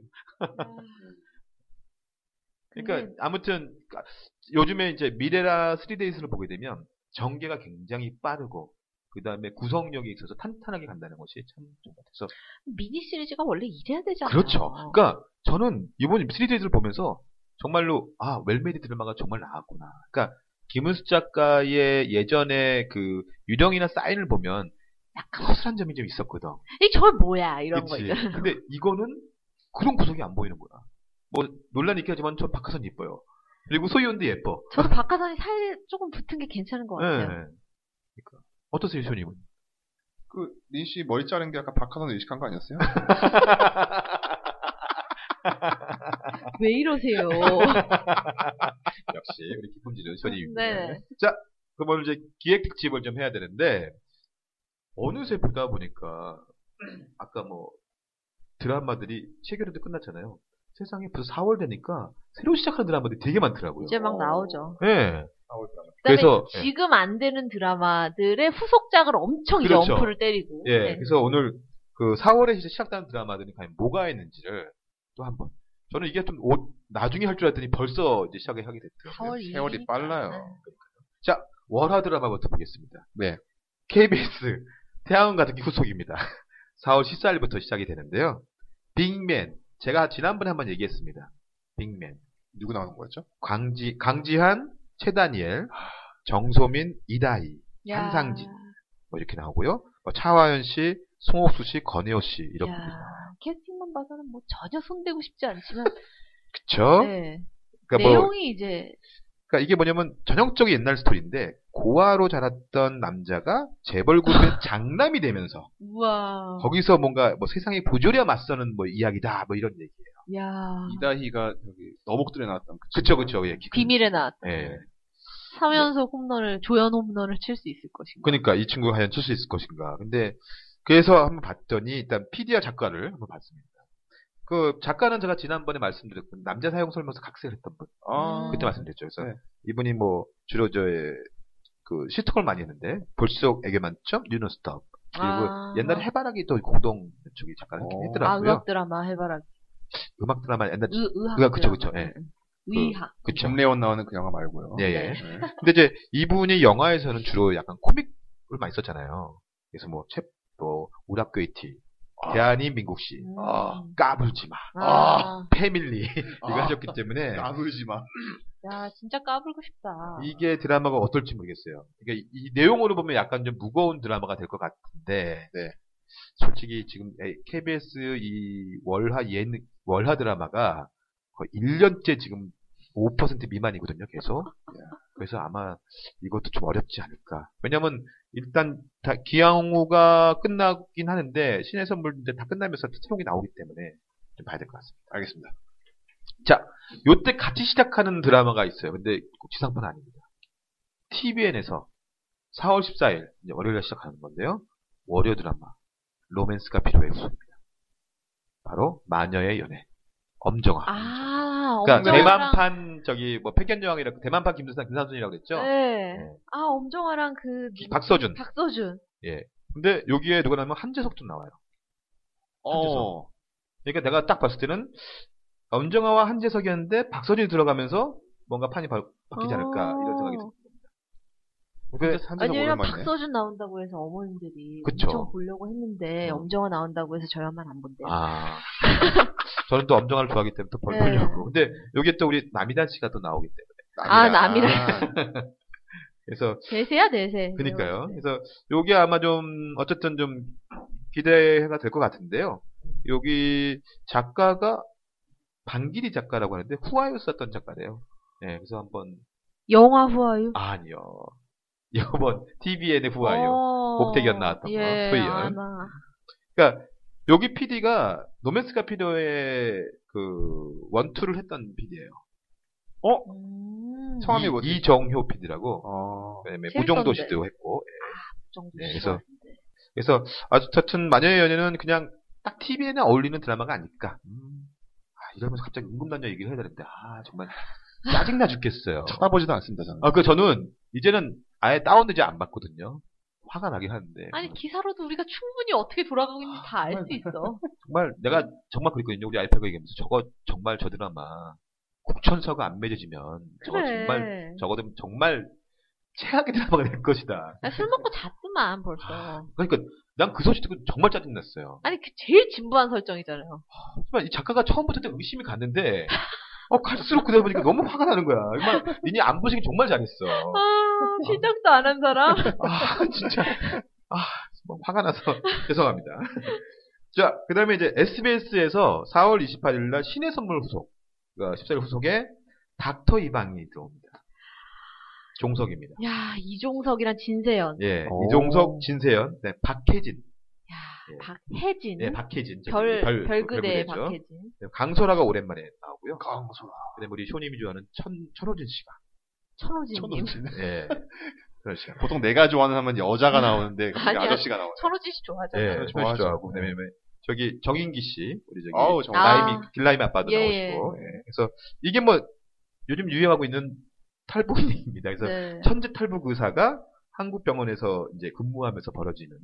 그러니까
근데-
아무튼 까- 요즘에 이제 미래라 3데이스를 보게 되면 전개가 굉장히 빠르고 그 다음에 구성력이 있어서 탄탄하게 간다는 것이 참 좋은 것 같아서
미니 시리즈가 원래 이래야 되잖아요.
그렇죠. 그러니까 저는 이번 3데이스를 보면서 정말로 아 웰메이드 드라마가 정말 나왔구나. 그러니까 김은수 작가의 예전에 그 유령이나 사인을 보면 약간 허술한 점이 좀 있었거든.
이 저게 뭐야 이런 거
그치.
있잖아.
근데 이거는 그런 구석이 안 보이는 거야. 뭐 논란이 있긴 하지만 저 박하선 이뻐요. 그리고 소희원도 예뻐.
저도 박하선이 살 조금 붙은 게 괜찮은 것 같아요.
예. 그러니까. 어떠세요, 시원님은?
그, 린 씨 머리 자른 게 아까 박하선 의식한 거 아니었어요?
왜 이러세요?
역시 우리 기쁨지는 시원님입니다.
네.
그럼 오늘 이제 기획 특집을 좀 해야 되는데 어느새 보다 보니까 아까 뭐 드라마들이 7개월도 끝났잖아요. 세상에 벌써 4월 되니까 새로 시작하는 드라마들이 되게 많더라고요.
이제 막 나오죠.
예.
그다음에
그래서, 예.
지금 안 되는 드라마들의 후속작을 엄청 이제
그렇죠.
엄포를 때리고
예.
네.
그래서 오늘 그 4월에 이제 시작되는 드라마들이 과연 뭐가 있는지를 또 한번. 저는 이게 좀 오- 나중에 할 줄 알았더니 벌써 이제 시작을 하게 됐더라고요.
4월 2일
세월이
아, 네.
빨라요.
월화 드라마부터 보겠습니다.
네.
KBS 태양은 가득히 후속입니다. 4월 14일부터 시작이 되는데요. 빅맨. 제가 지난번에 한번 얘기했습니다. 빅맨. 그렇죠?
누구 나오는 거였죠?
강지, 강지한, 최다니엘, 정소민, 이다희.
아.
한상진. 뭐 이렇게 나오고요. 뭐 차화연 씨, 송옥수 씨, 권혜호 씨. 이런
야,
분들이 나와요.
캐스팅만 봐서는 뭐 전혀 손대고 싶지 않지만
그쵸?
네.
그러니까 뭐
내용이 이제
그러니까 이게 뭐냐면 전형적인 옛날 스토리인데 고아로 자랐던 남자가 재벌 그룹의 장남이 되면서
우와.
거기서 뭔가 뭐 세상의 보조리와 맞서는 뭐 이야기다 뭐 이런 얘기.
야.
이다희가 여기 너목들에 나왔던 그
그쵸 그쵸 예.
비밀에 나왔다.
예.
3연속 홈런을 조연 홈런을 칠 수 있을 것인가.
그러니까 이 친구가 과연 칠수 있을 것인가. 근데 그래서 한번 봤더니 일단 PD와 작가를 한번 봤습니다. 그 작가는 제가 지난번에 말씀드렸고 남자 사용 설명서 각색을 했던 분
아,
그때 말씀드렸죠. 그래서
네.
이분이 뭐 주로 저의 그 시트콤을 많이 했는데 볼수록 애교 만점 뉴노스톱 그리고
아.
옛날에 해바라기 또 고동 쪽이 작가를
어.
했긴
아,
했더라고요.
의학 드라마 해봐라.
음악 드라마 옛날
의, 의학.
의학, 그쵸,
드라마.
그쵸, 예.
응. 의학.
그쵸.
김래원 나오는 그 영화 말고요.
예, 예.
네.
근데 이제 이분이 영화에서는 주로 약간 코믹을 많이 썼잖아요. 그래서 뭐 챕, 뭐 우락괴티, 대한민국 씨,
음.
아.
까불지마,
아.
패밀리 이거
아.
하셨기 때문에
까불지 마.
야, 진짜 까불고 싶다.
이게 드라마가 어떨지 모르겠어요. 그러니까 이, 이 내용으로 보면 약간 좀 무거운 드라마가 될 것 같은데,
네.
솔직히 지금 에- KBS 이 월화 예 월화 드라마가 거의 1년째 지금 5% 미만이거든요, 계속. 그래서 아마 이것도 좀 어렵지 않을까. 왜냐면 일단 다 기왕호가 끝나긴 하는데 신의 선물 이제 다 끝나면서 새로운 게 나오기 때문에 좀 봐야 될 것 같습니다. 알겠습니다. 자, 요때 같이 시작하는 드라마가 있어요. 근데 꼭 지상파는 아닙니다. TVN에서 4월 14일 이제 월요일에 시작하는 건데요. 월요 드라마 로맨스가 필요해 후입니다. 바로 마녀의 연애 엄정화.
아,
그러니까
엄정화랑-
대만판 저기 뭐 패견여왕이라고 대만판 김수상 김삼순이라고 그랬죠.
네.
네.
아, 엄정화랑 그 누구-
박서준.
박서준.
근데 여기에 누가 나오면 한재석도 나와요.
어.
그러니까 내가 딱 봤을 때는 엄정화와 한재석이었는데 박서준이 들어가면서 뭔가 판이 바, 뀌지 않을까
어.
이런 생각이 듭니다.
근데
그-
산지가
왜냐면
오랜만이네.
박서준 나온다고 해서 어머님들이
그쵸.
엄청 보려고 했는데
음.
엄정화 나온다고 해서 저야만 안 본대요.
아. 저는 또 엄정화를 좋아하기 때문에 또
네.
벌벌려고. 근데 여기에 또 우리 남이단 씨가 또 나오기 때문에.
아, 남이라.
아,
그래서
대세야 대세.
그니까요.
네.
그래서 요게 아마 좀 어쨌든 좀 기대가 될 것 같은데요. 여기 작가가 반길이 작가라고 하는데 후아유 썼던 작가래요. 네, 그래서 한번
영화 후아유.
아, 니요 이번 TVN의 후아유.
어.
옥택연 나왔던 거,
예,
소희연.
아마.
그러니까 여기 PD가 노맨스가 필요의 그 원투를 했던 PD예요.
음.
성함이 뭐지?
이정효 PD라고.
어.
네, 뭐, 그다음에
재밌었는데.
무정도시도 했고
그 정도
네,
좋아요.
그래서 아무튼 마녀의 연애는 그냥 딱 TV에는 어울리는 드라마가 아닐까. 음, 아, 이러면서 갑자기 임금단녀 얘기를 해야 되는데 아 정말 짜증나 죽겠어요.
쳐다보지도 않습니다, 저는.
아, 그 저는 이제는 아예 다운되지 안 받거든요. 화가 나긴 하는데
아니 기사로도 우리가 충분히 어떻게 돌아가고 있는지 다 알 수 있어.
정말 내가 정말 그랬거든요. 우리 아이패가 얘기하면서 저거 정말 저 드라마 국천서가 안 맺어지면 저거
그래.
정말 적어도 정말 최악의 드라마가 될 것이다.
아니, 술 먹고 잤더만 벌써.
그러니까 난 그 소식 듣고 정말 짜증났어요.
아니 그 제일 진부한 설정이잖아요.
하지만 이 작가가 처음부터 때 의심이 갔는데, 어, 갈수록 그러다 보니까 너무 화가 나는 거야. 정말, 니네 안 보시기 정말 잘했어.
아 시작도 안 한 사람.
아, 진짜. 아, 정말 화가 나서 죄송합니다. 자, 그 다음에 이제 SBS에서 4월 28일날 신의 선물 후속, 그러니까 14일 후속에 닥터 이방이 들어옵니다. 종석입니다.
야 이종석이랑 진세연.
예,
오.
이종석, 진세연, 네, 박혜진.
야
예.
박혜진.
네, 박혜진.
음? 별,
별-
별그대
별그대죠.
박혜진.
네, 강소라가 오랜만에 나오고요. 강소라. 그 다음에 우리 쇼님이 좋아하는 천, 천호진 씨가.
천호진님.
예. 그렇죠.
보통 내가 좋아하는 하면 여자가 나오는데 갑자기
아니야.
아저씨가 나와요.
천호진 씨 좋아하잖아.
예,
요
저는
좋아하죠.
좋아하죠.
그다음에 왜- 저기 정인기 씨, 우리 저기 어,
아우, 정말.
라임이
아.
길라임 아빠도
예,
나오시고. 예. 그래서 이게 뭐 요즘 유행하고 있는 탈북입니다. 그래서
네.
천재 탈북 의사가 한국 병원에서 이제 근무하면서 벌어지는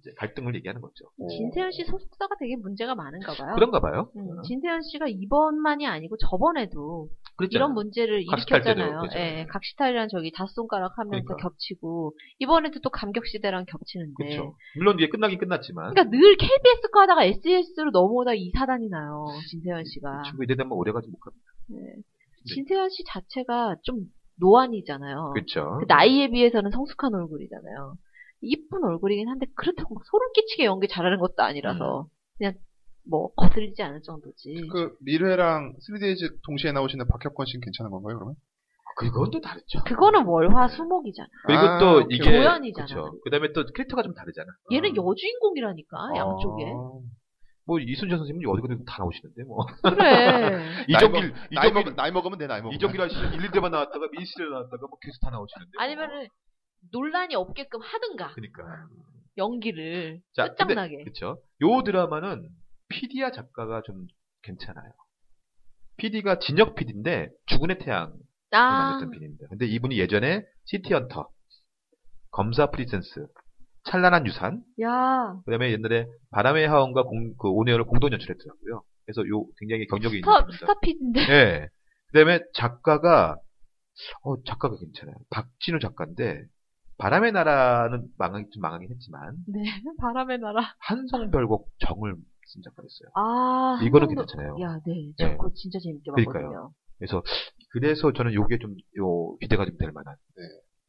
이제 갈등을 얘기하는 거죠.
진세현 씨 소속사가 되게 문제가 많은가 봐요.
뭐 그런가 봐요.
음, 진세현 씨가 이번만이 아니고 저번에도
그랬잖아요.
이런 문제를
각시탈 때도
일으켰잖아요.
그랬죠.
예, 각시탈이랑 저기 다섯 손가락 하면서
그러니까. 겹치고.
겹치고 이번에도 또 감격 시대랑 겹치는데.
그렇죠. 물론 이게 끝나긴 끝났지만
네. 그러니까 늘 KBS 거 하다가 SES로 넘어오다 이 사단이 나요. 진세현 씨가.
이 친구 이래 되면 오래 가지 못 갑니다.
네. 진세현 씨 자체가 좀 노안이잖아요.
그렇죠.
그 나이에 비해서는 성숙한 얼굴이잖아요. 이쁜 얼굴이긴 한데 그렇다고 막 소름 끼치게 연기 잘하는 것도
음.
아니라서 그냥 뭐 거슬리지 않을 정도지.
그
그 미래랑 3데이즈 동시에 나오시는 박혁권 씨는 괜찮은 건가요, 그러면?
그건 또 다르죠.
그거는 월화 수목이잖아.
그리고
아,
또
오케이.
이게 그렇죠.
도연이잖아.
그쵸. 그다음에 또 캐릭터가 좀 다르잖아.
얘는 여주인공이라니까 양쪽에.
아. 뭐 이순재 선생님 어디가든 다 나오시는데 뭐.
그래.
이종길,
이종길, 뭐.
나이,
이종길.
먹, 나이 먹으면 돼, 나이 먹으면.
이정기라 씨 1, 2대만 나왔다가 민씨를 나왔다가 뭐 계속 다 나오시는데. 뭐.
아니면은 논란이 없게끔 하든가
그러니까.
연기를
자,
끝장나게.
그렇죠. 요 드라마는 PD야 작가가 좀 괜찮아요. PD가 진혁 PD인데 죽은의 태양
아,
만났던 PD입니다. 근데 이분이 예전에 시티헌터, 검사 프리센스, 찬란한 유산,
야,
그다음에 옛날에 바람의 하원과 공, 그 오네어를 공동 연출했더라고요. 그래서 요 굉장히 경력이 있는
스타
분입니다.
스타 피인데.
예. 그다음에 작가가 어 작가가 괜찮아요. 박진우 작가인데 바람의 나라는 망하긴 좀 망하긴 했지만
네, 바람의 나라.
한성별곡 정을 쓴 작가였어요.
아,
이거는
한성도-
괜찮아요.
야, 네,
네.
저 그거 진짜 재밌게
그러니까요.
봤거든요.
그래서 그래서 저는 요게 좀 요 기대가 좀 될 만한.
네.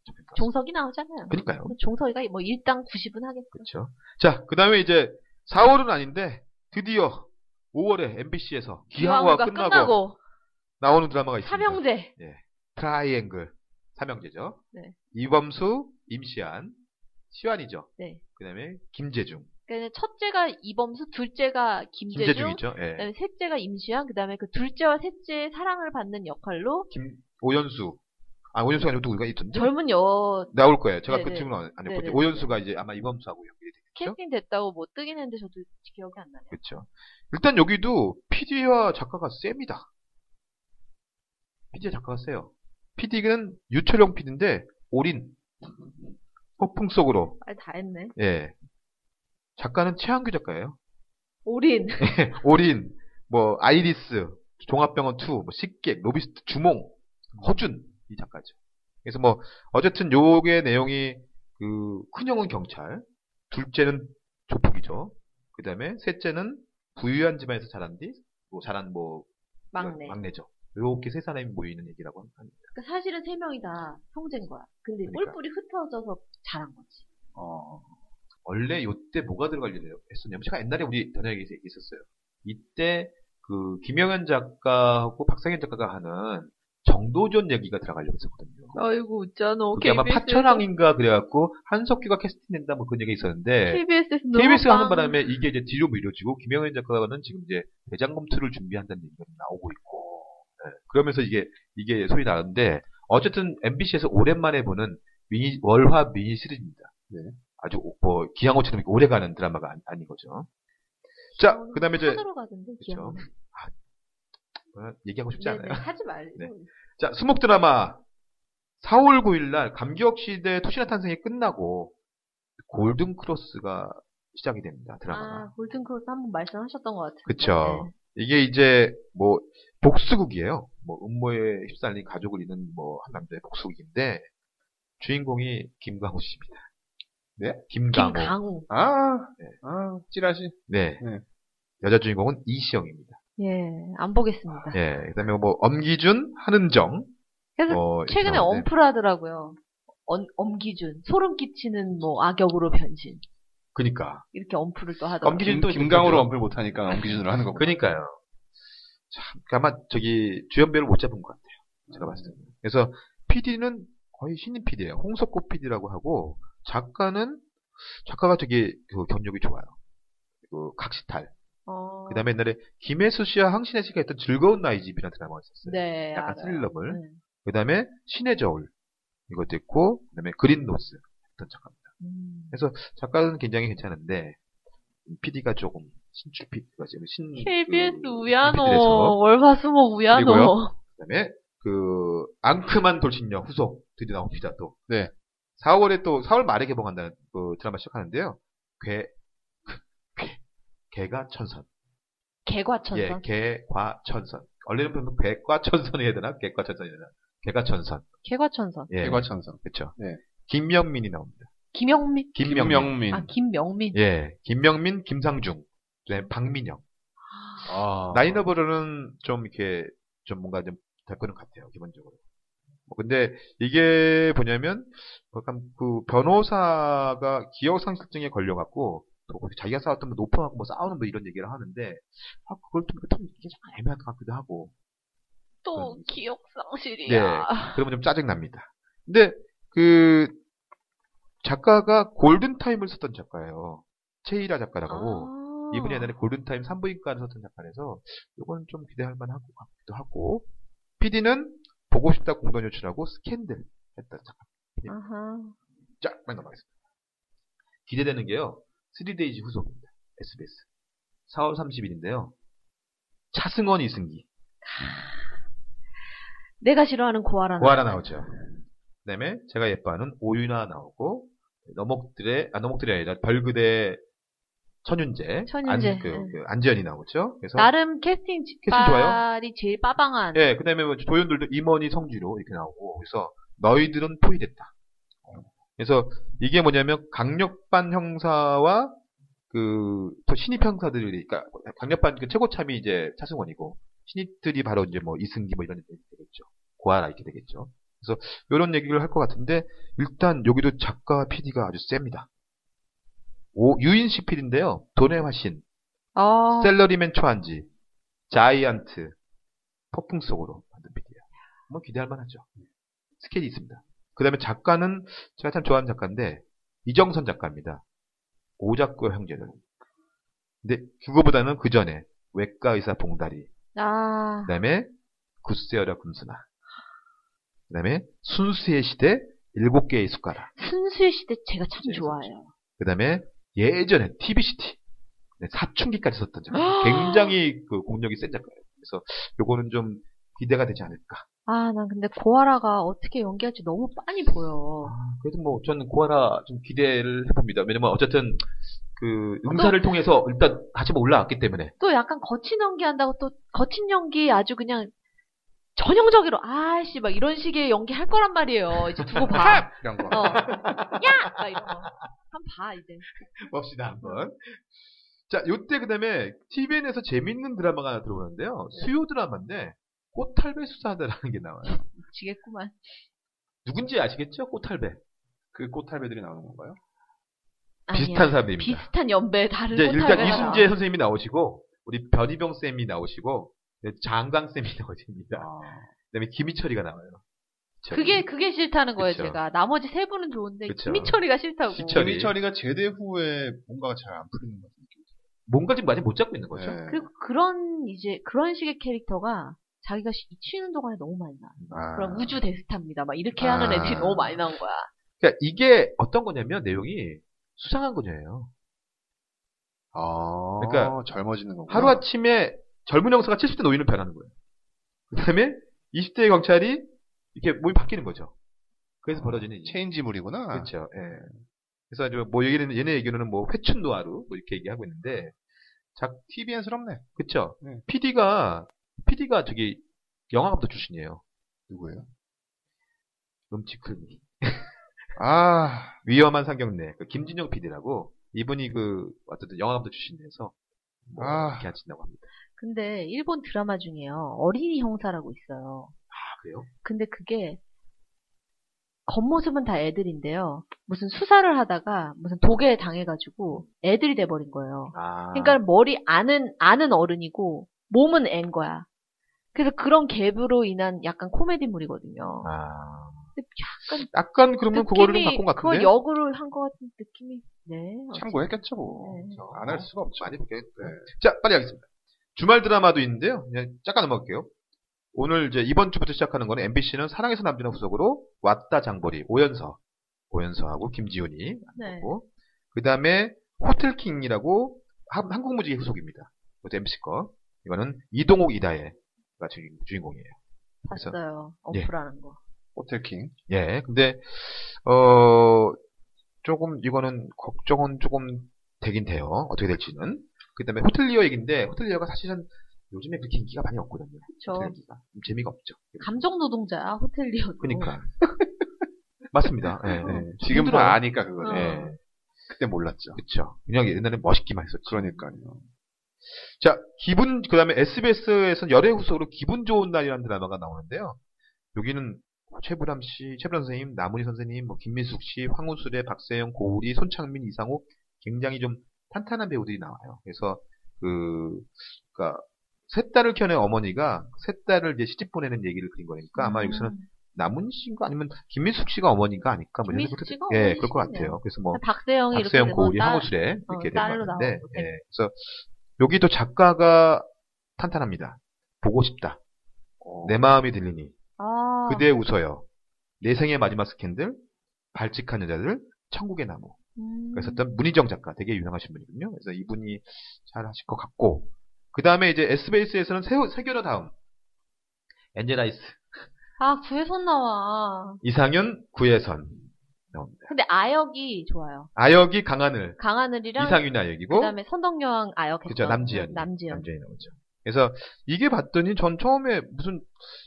작품인 것
종석이 나오잖아요.
같습니다. 그러니까요.
종석이가 뭐 일당 90은 하겠죠.
그렇죠. 자, 그다음에 이제 4월은 아닌데 드디어 5월에 MBC에서 기왕후가 끝나고, 그러니까. 나오는 드라마가 있습니다.
삼형제.
트라이앵글 삼형제죠.
네.
이범수, 임시완, 시완이죠.
네.
그다음에 김재중.
그러니까 첫째가 이범수, 둘째가 김재중, 네.
김재중이죠. 예.
그다음에 셋째가 임시완, 그다음에 그 둘째와 셋째의 사랑을 받는 역할로
김 오연수. 아 오연수가 아니고 누구가 있던데?
젊은 여
나올 거예요. 제가 그
네네.
질문 안
네네.
해봤죠. 오연수가 이제 아마 이범수하고 연결이 되겠죠.
캐스팅 됐다고 뭐 뜨긴 했는데 저도 기억이 안 나네요.
그렇죠. 일단 여기도 PD와 작가가 셉니다. PD와 작가가 세요. PD는 유철용 PD인데 올인 폭풍 속으로.
아, 다 했네.
예. 작가는 최한규 작가예요.
올인.
네. 올인, 뭐 아이리스, 종합병원 2, 뭐 식객, 로비스트, 주몽, 허준 이 작가죠. 그래서 뭐 어쨌든 요게 내용이 그 큰형은 경찰, 둘째는 조폭이죠. 그다음에 셋째는 부유한 집안에서 자란 뒤, 뭐 자란 뭐
막내.
막내죠. 요렇게 세 사람이 모이는 얘기라고 합니다.
그러니까 사실은 세 명이 다 형제인 거야. 근데
그러니까.
뿔뿔이 흩어져서 자란 거지.
어, 원래 요때 뭐가 들어가려고 했었냐면 제가 옛날에 우리 단역에서 얘기했었어요. 이때 그 김영현 작가하고 박상현 작가가 하는 정도전 얘기가 들어가려고 했었거든요.
아이고 네, 웃잖아.
그게 아마 파천왕인가 그래갖고 한석규가 캐스팅된다 뭐 그런 얘기 있었는데
KBS에서
KBS 가 하는 바람에 이게 이제 뒤로 밀려지고 김영현 작가는 지금 이제 대장검 2를 준비한다는 얘기가 나오고 있고 네. 그러면서 이게 이게 소리 나는데 어쨌든 MBC에서 오랜만에 보는 미니- 월화 미니 시리즈입니다. 네. 아주 오- 뭐 기왕호처럼 오래 가는 드라마가 아니, 아닌 거죠. 자, 그다음에 이제
산으로 가던데
그렇죠.
기억.
아, 뭐야, 그, 얘기하고 싶지 않아요.
하지 말고.
네. 자, 수목 드라마 4월 9일 날 감기역 시대 토시나 탄생이 끝나고 골든 크로스가 시작이 됩니다. 드라마가.
아 골든 크로스 한 번 말씀하셨던 것 네. 같아요.
그쵸. 이게 이제 뭐 복수극이에요. 뭐 음모에 휩싸린 가족을 잃는 뭐 한 남자의 복수극인데 주인공이 김강호 씨입니다.
네?
김강호.
김강우.
아,
네.
아, 찌라시.
네.
네.
여자 주인공은 이시영입니다.
예, 안 보겠습니다.
예. 그다음에 뭐 엄기준, 한은정.
그래서
뭐
최근에
이런 건데.
엄프라더라고요. 엄, 엄기준 소름 끼치는 뭐 악역으로 변신
그니까.
이렇게 엄프를 또 하더라고요.
엄기준
김,
또
김강호로 엄필 못하니까 엄기준으로 하는 거고.
그니까요. 참, 그 아마 저기 주연배를 못 잡은 것 같아요. 제가 봤을 때. 그래서 PD는 거의 신인 PD예요. 홍석구 PD라고 하고 작가는 작가가 되게 그 경력이 좋아요. 그 각시탈.
어...
그다음에 옛날에 김혜수 씨와 항신혜 씨가 했던 즐거운 나이 집이라는 드라마가 있었어요.
네,
약간
알아요.
스릴러물.
네.
그다음에 신의 저울 이것도 있고 그다음에 그린 노스 했던 작가입니다.
음.
그래서 작가는 굉장히 괜찮은데 PD가 조금 신출 PD가 지금 신
KBS
그
우야노
PD들에서.
월화수목 우야노
그리고요? 그다음에 그 앙크만 돌신녀 후속들이 나옵니다. 또
네.
4월에 또 4월 말에 개봉한다는 그 드라마 시작하는데요. 괴, 그, 괴, 개가 천선.
개과천선.
예, 개과천선. 원래는 보면 괴과천선이 해야 되나? 개과천선이 해야 되나? 개과천선.
개과천선.
예,
개과천선.
그렇죠.
네.
김명민이 나옵니다.
김영민.
김명민.
김명민.
아 김명민.
예, 김명민, 김상중, 그다음에 박민영.
아.
라인업으로는 좀 이렇게 좀 뭔가 좀 될거는 같아요 기본적으로. 뭐 근데 이게 뭐냐면 약간 그 변호사가 기억상실증에 걸려갖고 또 거기 자기가 싸웠던 뭐 노펌하고 뭐 싸우는 뭐 이런 얘기를 하는데 아 그걸 또 이렇게 참 이게 참 애매할 것 같기도 하고
또
그건-
기억
네.
상실이야. 아.
그러면 좀 짜증납니다. 근데 그 작가가 골든타임을 썼던 작가예요. 체이라 작가라고. 하고
아.
이분이 옛날에 골든타임 산부인과를 썼던 작가라서 이건 좀 기대할 만하고 같기도 하고 PD는 보고 싶다 공동 연출하고 스캔들 했던 작가.
아하.
자, 빨리 넘어가겠습니다. 기대되는 게요. 3데이즈 후속입니다. SBS. 4월 30일인데요. 차승원 이승기.
내가 싫어하는 고아라.
고아라 나오죠. 그다음에 제가 예뻐하는 오윤아 나오고 너목들의 아 너목들이 아니라 별그대 천윤재,
천윤재.
안, 그, 그 안지연이 나오죠. 그래서
나름 캐스팅
좋아요.
직발이 제일 빠방한.
예 그다음에 뭐 조연들도 임원이 성지로 이렇게 나오고 그래서 너희들은 포위됐다. 그래서 이게 뭐냐면 강력반 형사와 그또 신입 형사들이 그러니까 강력반 그 최고참이 이제 차승원이고 신입들이 바로 이제 뭐 이승기 뭐 이런 애들이 되겠죠. 고아라 이렇게 되겠죠. 그래서 이런 얘기를 할 것 같은데 일단 여기도 작가 PD가 아주 셉니다. 오, 유인식 PD인데요. 돈의 화신,
어.
셀러리맨 초안지, 자이언트, 폭풍 속으로 만든 PD예요. 뭐 기대할 만하죠. 스케일이 있습니다. 그 다음에 작가는 제가 참 좋아하는 작가인데 이정선 작가입니다. 오작교 형제들. 근데 그거보다는 그 전에 외과 의사 봉다리,
아.
그다음에 구스여라 금수나. 그다음에 순수의 시대 일곱 개의 숟가락.
순수의 시대 제가 참 좋아해요.
그다음에 예전에 TBCT 네, 사춘기까지 썼던
아.
작가. 굉장히 그 공력이 센 작가예요. 그래서 요거는 좀 기대가 되지 않을까.
아, 난 근데 고아라가 어떻게 연기할지 너무 빤히 보여.
아, 그래도 뭐 저는 고아라 좀 기대를 해봅니다. 왜냐면 어쨌든 그 응사를
어.
통해서 일단 다시 뭐 올라왔기 때문에
또 약간 거친 연기한다고 또 거친 연기 아주 그냥 전형적으로 아씨 막 이런 식의 연기 할 거란 말이에요. 이제 두고 뭐 봐.
아,
이런 거.
어. 야! 막 이런 거. 한 봐 이제.
봅시다 한번. 자, 요때 그다음에 TVN에서 재밌는 드라마가 하나 들어오는데요.
네.
수요 드라마인데 꽃탈배 수사하다라는 게 나와요.
미치겠구만.
누군지 아시겠죠? 꽃탈배.
그 꽃탈배들이 나오는 건가요?
아니야.
비슷한 사람들입니다.
비슷한 연배 어, 다른
이제 일단
꽃할배가
이순재
나와.
선생님이 나오시고 우리 변희병 쌤이 나오시고 네, 장강 쌤이 나오십니다.
아.
그다음에 김희철이가 나와요.
그게 그게 싫다는 거예요
그쵸.
제가. 나머지 세 분은 좋은데
그쵸.
김희철이가 싫다고.
희철이.
김희철이가 제대 후에 뭔가가 잘 안 풀리는 것 같아요.
뭔가 지금 많이 못 잡고 있는 거죠.
네.
그리고 그런 이제 그런 식의 캐릭터가 자기가 쉬, 쉬는 동안에 너무 많이 나.
아.
그럼 우주 대스타입니다. 막 이렇게
아.
하는 애들이 너무 많이 나온 거야.
그러니까 이게 어떤 거냐면 내용이 수상한 거예요.
아,
그러니까
젊어지는 거구나.
하루아침에 젊은 형사가 70대 노인을 변하는 거예요. 그 다음에 20대의 경찰이 이렇게 몸이 바뀌는 거죠. 그래서 벌어지는 이-
아, 체인지물이구나.
그렇죠. 예. 그래서 이제 뭐 얘기는 얘네 얘기로는 뭐 회춘노하루 뭐 이렇게 얘기하고 있는데 작
TVN스럽네.
그렇죠.
네.
PD가 PD가 저기 영화감독 출신이에요.
누구예요?
음치클미
아,
위험한 상경래 그 김진영 PD라고 이분이 그 어쨌든 영화감독 출신이라서 뭐
아.
이렇게 하신다고 합니다.
근데 일본 드라마 중에요. 어린이 형사라고 있어요.
아 그래요?
근데 그게 겉모습은 다 애들인데요. 무슨 수사를 하다가 무슨 독에 당해가지고 애들이 돼버린 거예요.
아
그러니까 머리 아는 아는 어른이고 몸은 앤 거야. 그래서 그런 갭으로 인한 약간 코미디물이거든요.
아
근데
약간 그러면 그거를 좀
느낌이
바꾼 것
그걸
같은데
역으로 한 것 같은 느낌이 네.
참고했겠죠, 뭐.
네.
안 할 수가 없죠.
어,
네.
많이 볼게. 자 빨리 하겠습니다. 주말 드라마도 있는데요. 그냥 잠깐 넘어갈게요. 오늘 이제 이번 주부터 시작하는 거는 MBC는 사랑에서 남주는 후속으로 왔다 장보리 오연서 오연서하고 김지훈이
네.
그 다음에 호텔킹이라고 한- 한국 무지개 후속입니다. 이것도 MC 거. 이거는 이동욱 이다혜가 주인, 공이에요 그래서-
봤어요.
예.
어플하는 거.
호텔킹.
예. 근데 어 조금 이거는 걱정은 조금 되긴 돼요. 어떻게 될지는. 그다음에 호텔리어 얘긴데 호텔리어가 사실은 요즘에 그렇게 인기가 많이 없거든요.
그쵸.
호텔리어가 좀 재미가 없죠.
감정 노동자야 호텔리어도.
네. 그러니까. 맞습니다. 예, 예.
네. 지금
힘들어요.
다 아니까, 그거는.
어.
예.
그때 몰랐죠.
그쵸. 그냥 옛날에 멋있기만 했었죠.
그러니까요.
자, 기분, 그 다음에 SBS에서는 열애 후속으로 기분 좋은 날이라는 드라마가 나오는데요. 여기는 최불암 씨, 최불암 선생님, 남은희 선생님, 뭐 김민숙 씨, 황우술의 박세영, 고우리, 손창민, 이상욱 굉장히 좀 탄탄한 배우들이 나와요. 그래서 그, 그러니까 셋 딸을 키워낸 어머니가 셋 딸을 이제 시집 보내는 얘기를 그린 거니까
음.
아마 여기서는 남은 씨인가 아니면 김민숙 씨가 어머니가 아닐까 뭐 이런
김민숙
생각도-
씨가
예
어머니시네요.
그럴 것 같아요. 그래서 뭐
어, 박세영이 이렇게
박세영
되면
고우리
딸-
항우술에
어,
이렇게
딸로
된 건데
나오고.
예, 그래서 여기 또 작가가 탄탄합니다. 보고 싶다.
어.
내 마음이 들리니
아,
그대 웃어요. 내 생의 마지막 스캔들, 발칙한 여자들, 천국의 나무.
음.
그래서 일단 문희정 작가 되게 유명하신 분이거든요. 그래서 이분이 잘 하실 것 같고 그 다음에 이제 S베이스에서는 세, 세 개로 다음 엔젤아이스
아, 구혜선 나와.
이상윤 구혜선 나옵니다.
근데 아역이 좋아요.
아역이 강하늘
강하늘이랑
이상윤 아역이고
그다음에 선덕여왕 아역 했죠.
그죠 남지연
남지연.
나오죠. 그래서 이게 봤더니 전 처음에 무슨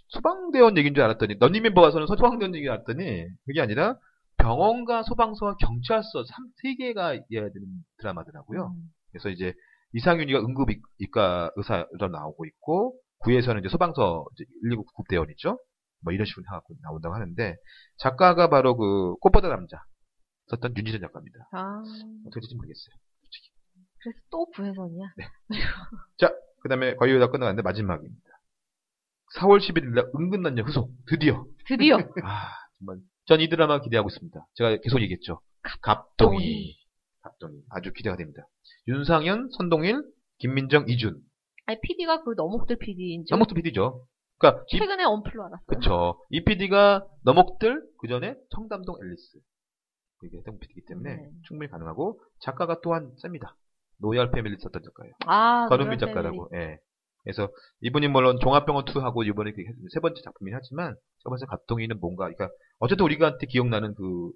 소방대원 얘기인 줄 알았더니 런닝맨 보아서는 소방대원 얘기 알았더니 그게 아니라 병원과 소방서와 경찰서 3, 세 개가 이어야 되는 드라마더라고요.
음.
그래서 이제 이상윤이가 응급이과 의사로 나오고 있고 구에서는 이제 소방서 이제 119 구급대원이죠. 뭐 이런 식으로 해갖고 나온다고 하는데 작가가 바로 그 꽃보다 남자 썼던 윤지전 작가입니다.
아,
어떻게 될지 모르겠어요.
그래서 또 구혜선이야.
네. 그 다음에 거의 다 끝나갔는데 마지막입니다. 4월 11일 날 은근난녀 후속 드디어
드디어
아 정말 전 이 드라마 기대하고 있습니다. 제가 계속 얘기했죠. 갑동이 갑동이 아주 기대가 됩니다. 윤상현, 선동일, 김민정, 이준
아니 PD가 그 너목들 PD인 줄
남목도 PD죠. 그러니까 이
최근에 언플로 알았어요.
그쵸. 이 PD가 너목들 그 전에 청담동 앨리스 이게 해당 PD이기 때문에
네.
충분히 가능하고 작가가 또한 셉니다. 노열 패밀리 썼던 작가예요.
아,
권은비
노란
작가라고. 예. 그래서 이분이 물론 종합병원 2하고 이번에 그세 번째 작품이긴 하지만 첫 번째 갑동이는 뭔가 그러니까 어쨌든 우리가한테 기억나는 그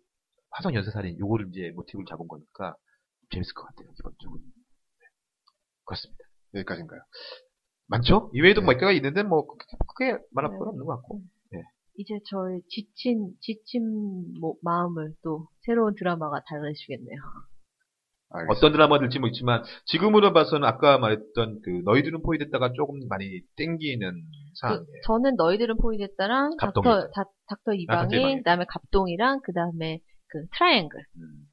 화성 연쇄살인 요거를 이제 모티브를 잡은 거니까 재밌을 것 같아요 기본적으로. 네. 그렇습니다.
여기까지인가요?
많죠? 이외에도
네.
몇 개가 있는데 뭐 크게, 크게 말할
네.
건 없는 것 같고.
이제 저의 지친 지친 뭐, 마음을 또 새로운 드라마가 달래주겠네요.
알겠습니다.
어떤 드라마들지 뭐 있지만 지금으로 봐서는 아까 말했던 그 너희들은 포위됐다가 조금 많이 땡기는
그,
상황이에요.
저는 너희들은 포위됐다랑 닥터
아, 네. 갑동이죠.
다,
아,
닥터
닥터 이방인.
이방인, 그다음에 갑동이랑 그다음에 그 트라이앵글.
음,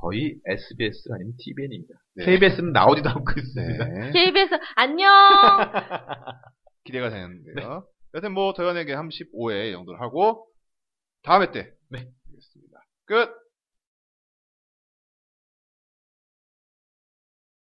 거의 SBS 아니면 TVN입니다.
네.
KBS는 나오지도 않고 있습니다.
네.
KBS 안녕.
기대가 되는데요. 여튼 뭐, 더현에게 35회 정도를 하고, 다음에 때.
네.
겠습니다 끝!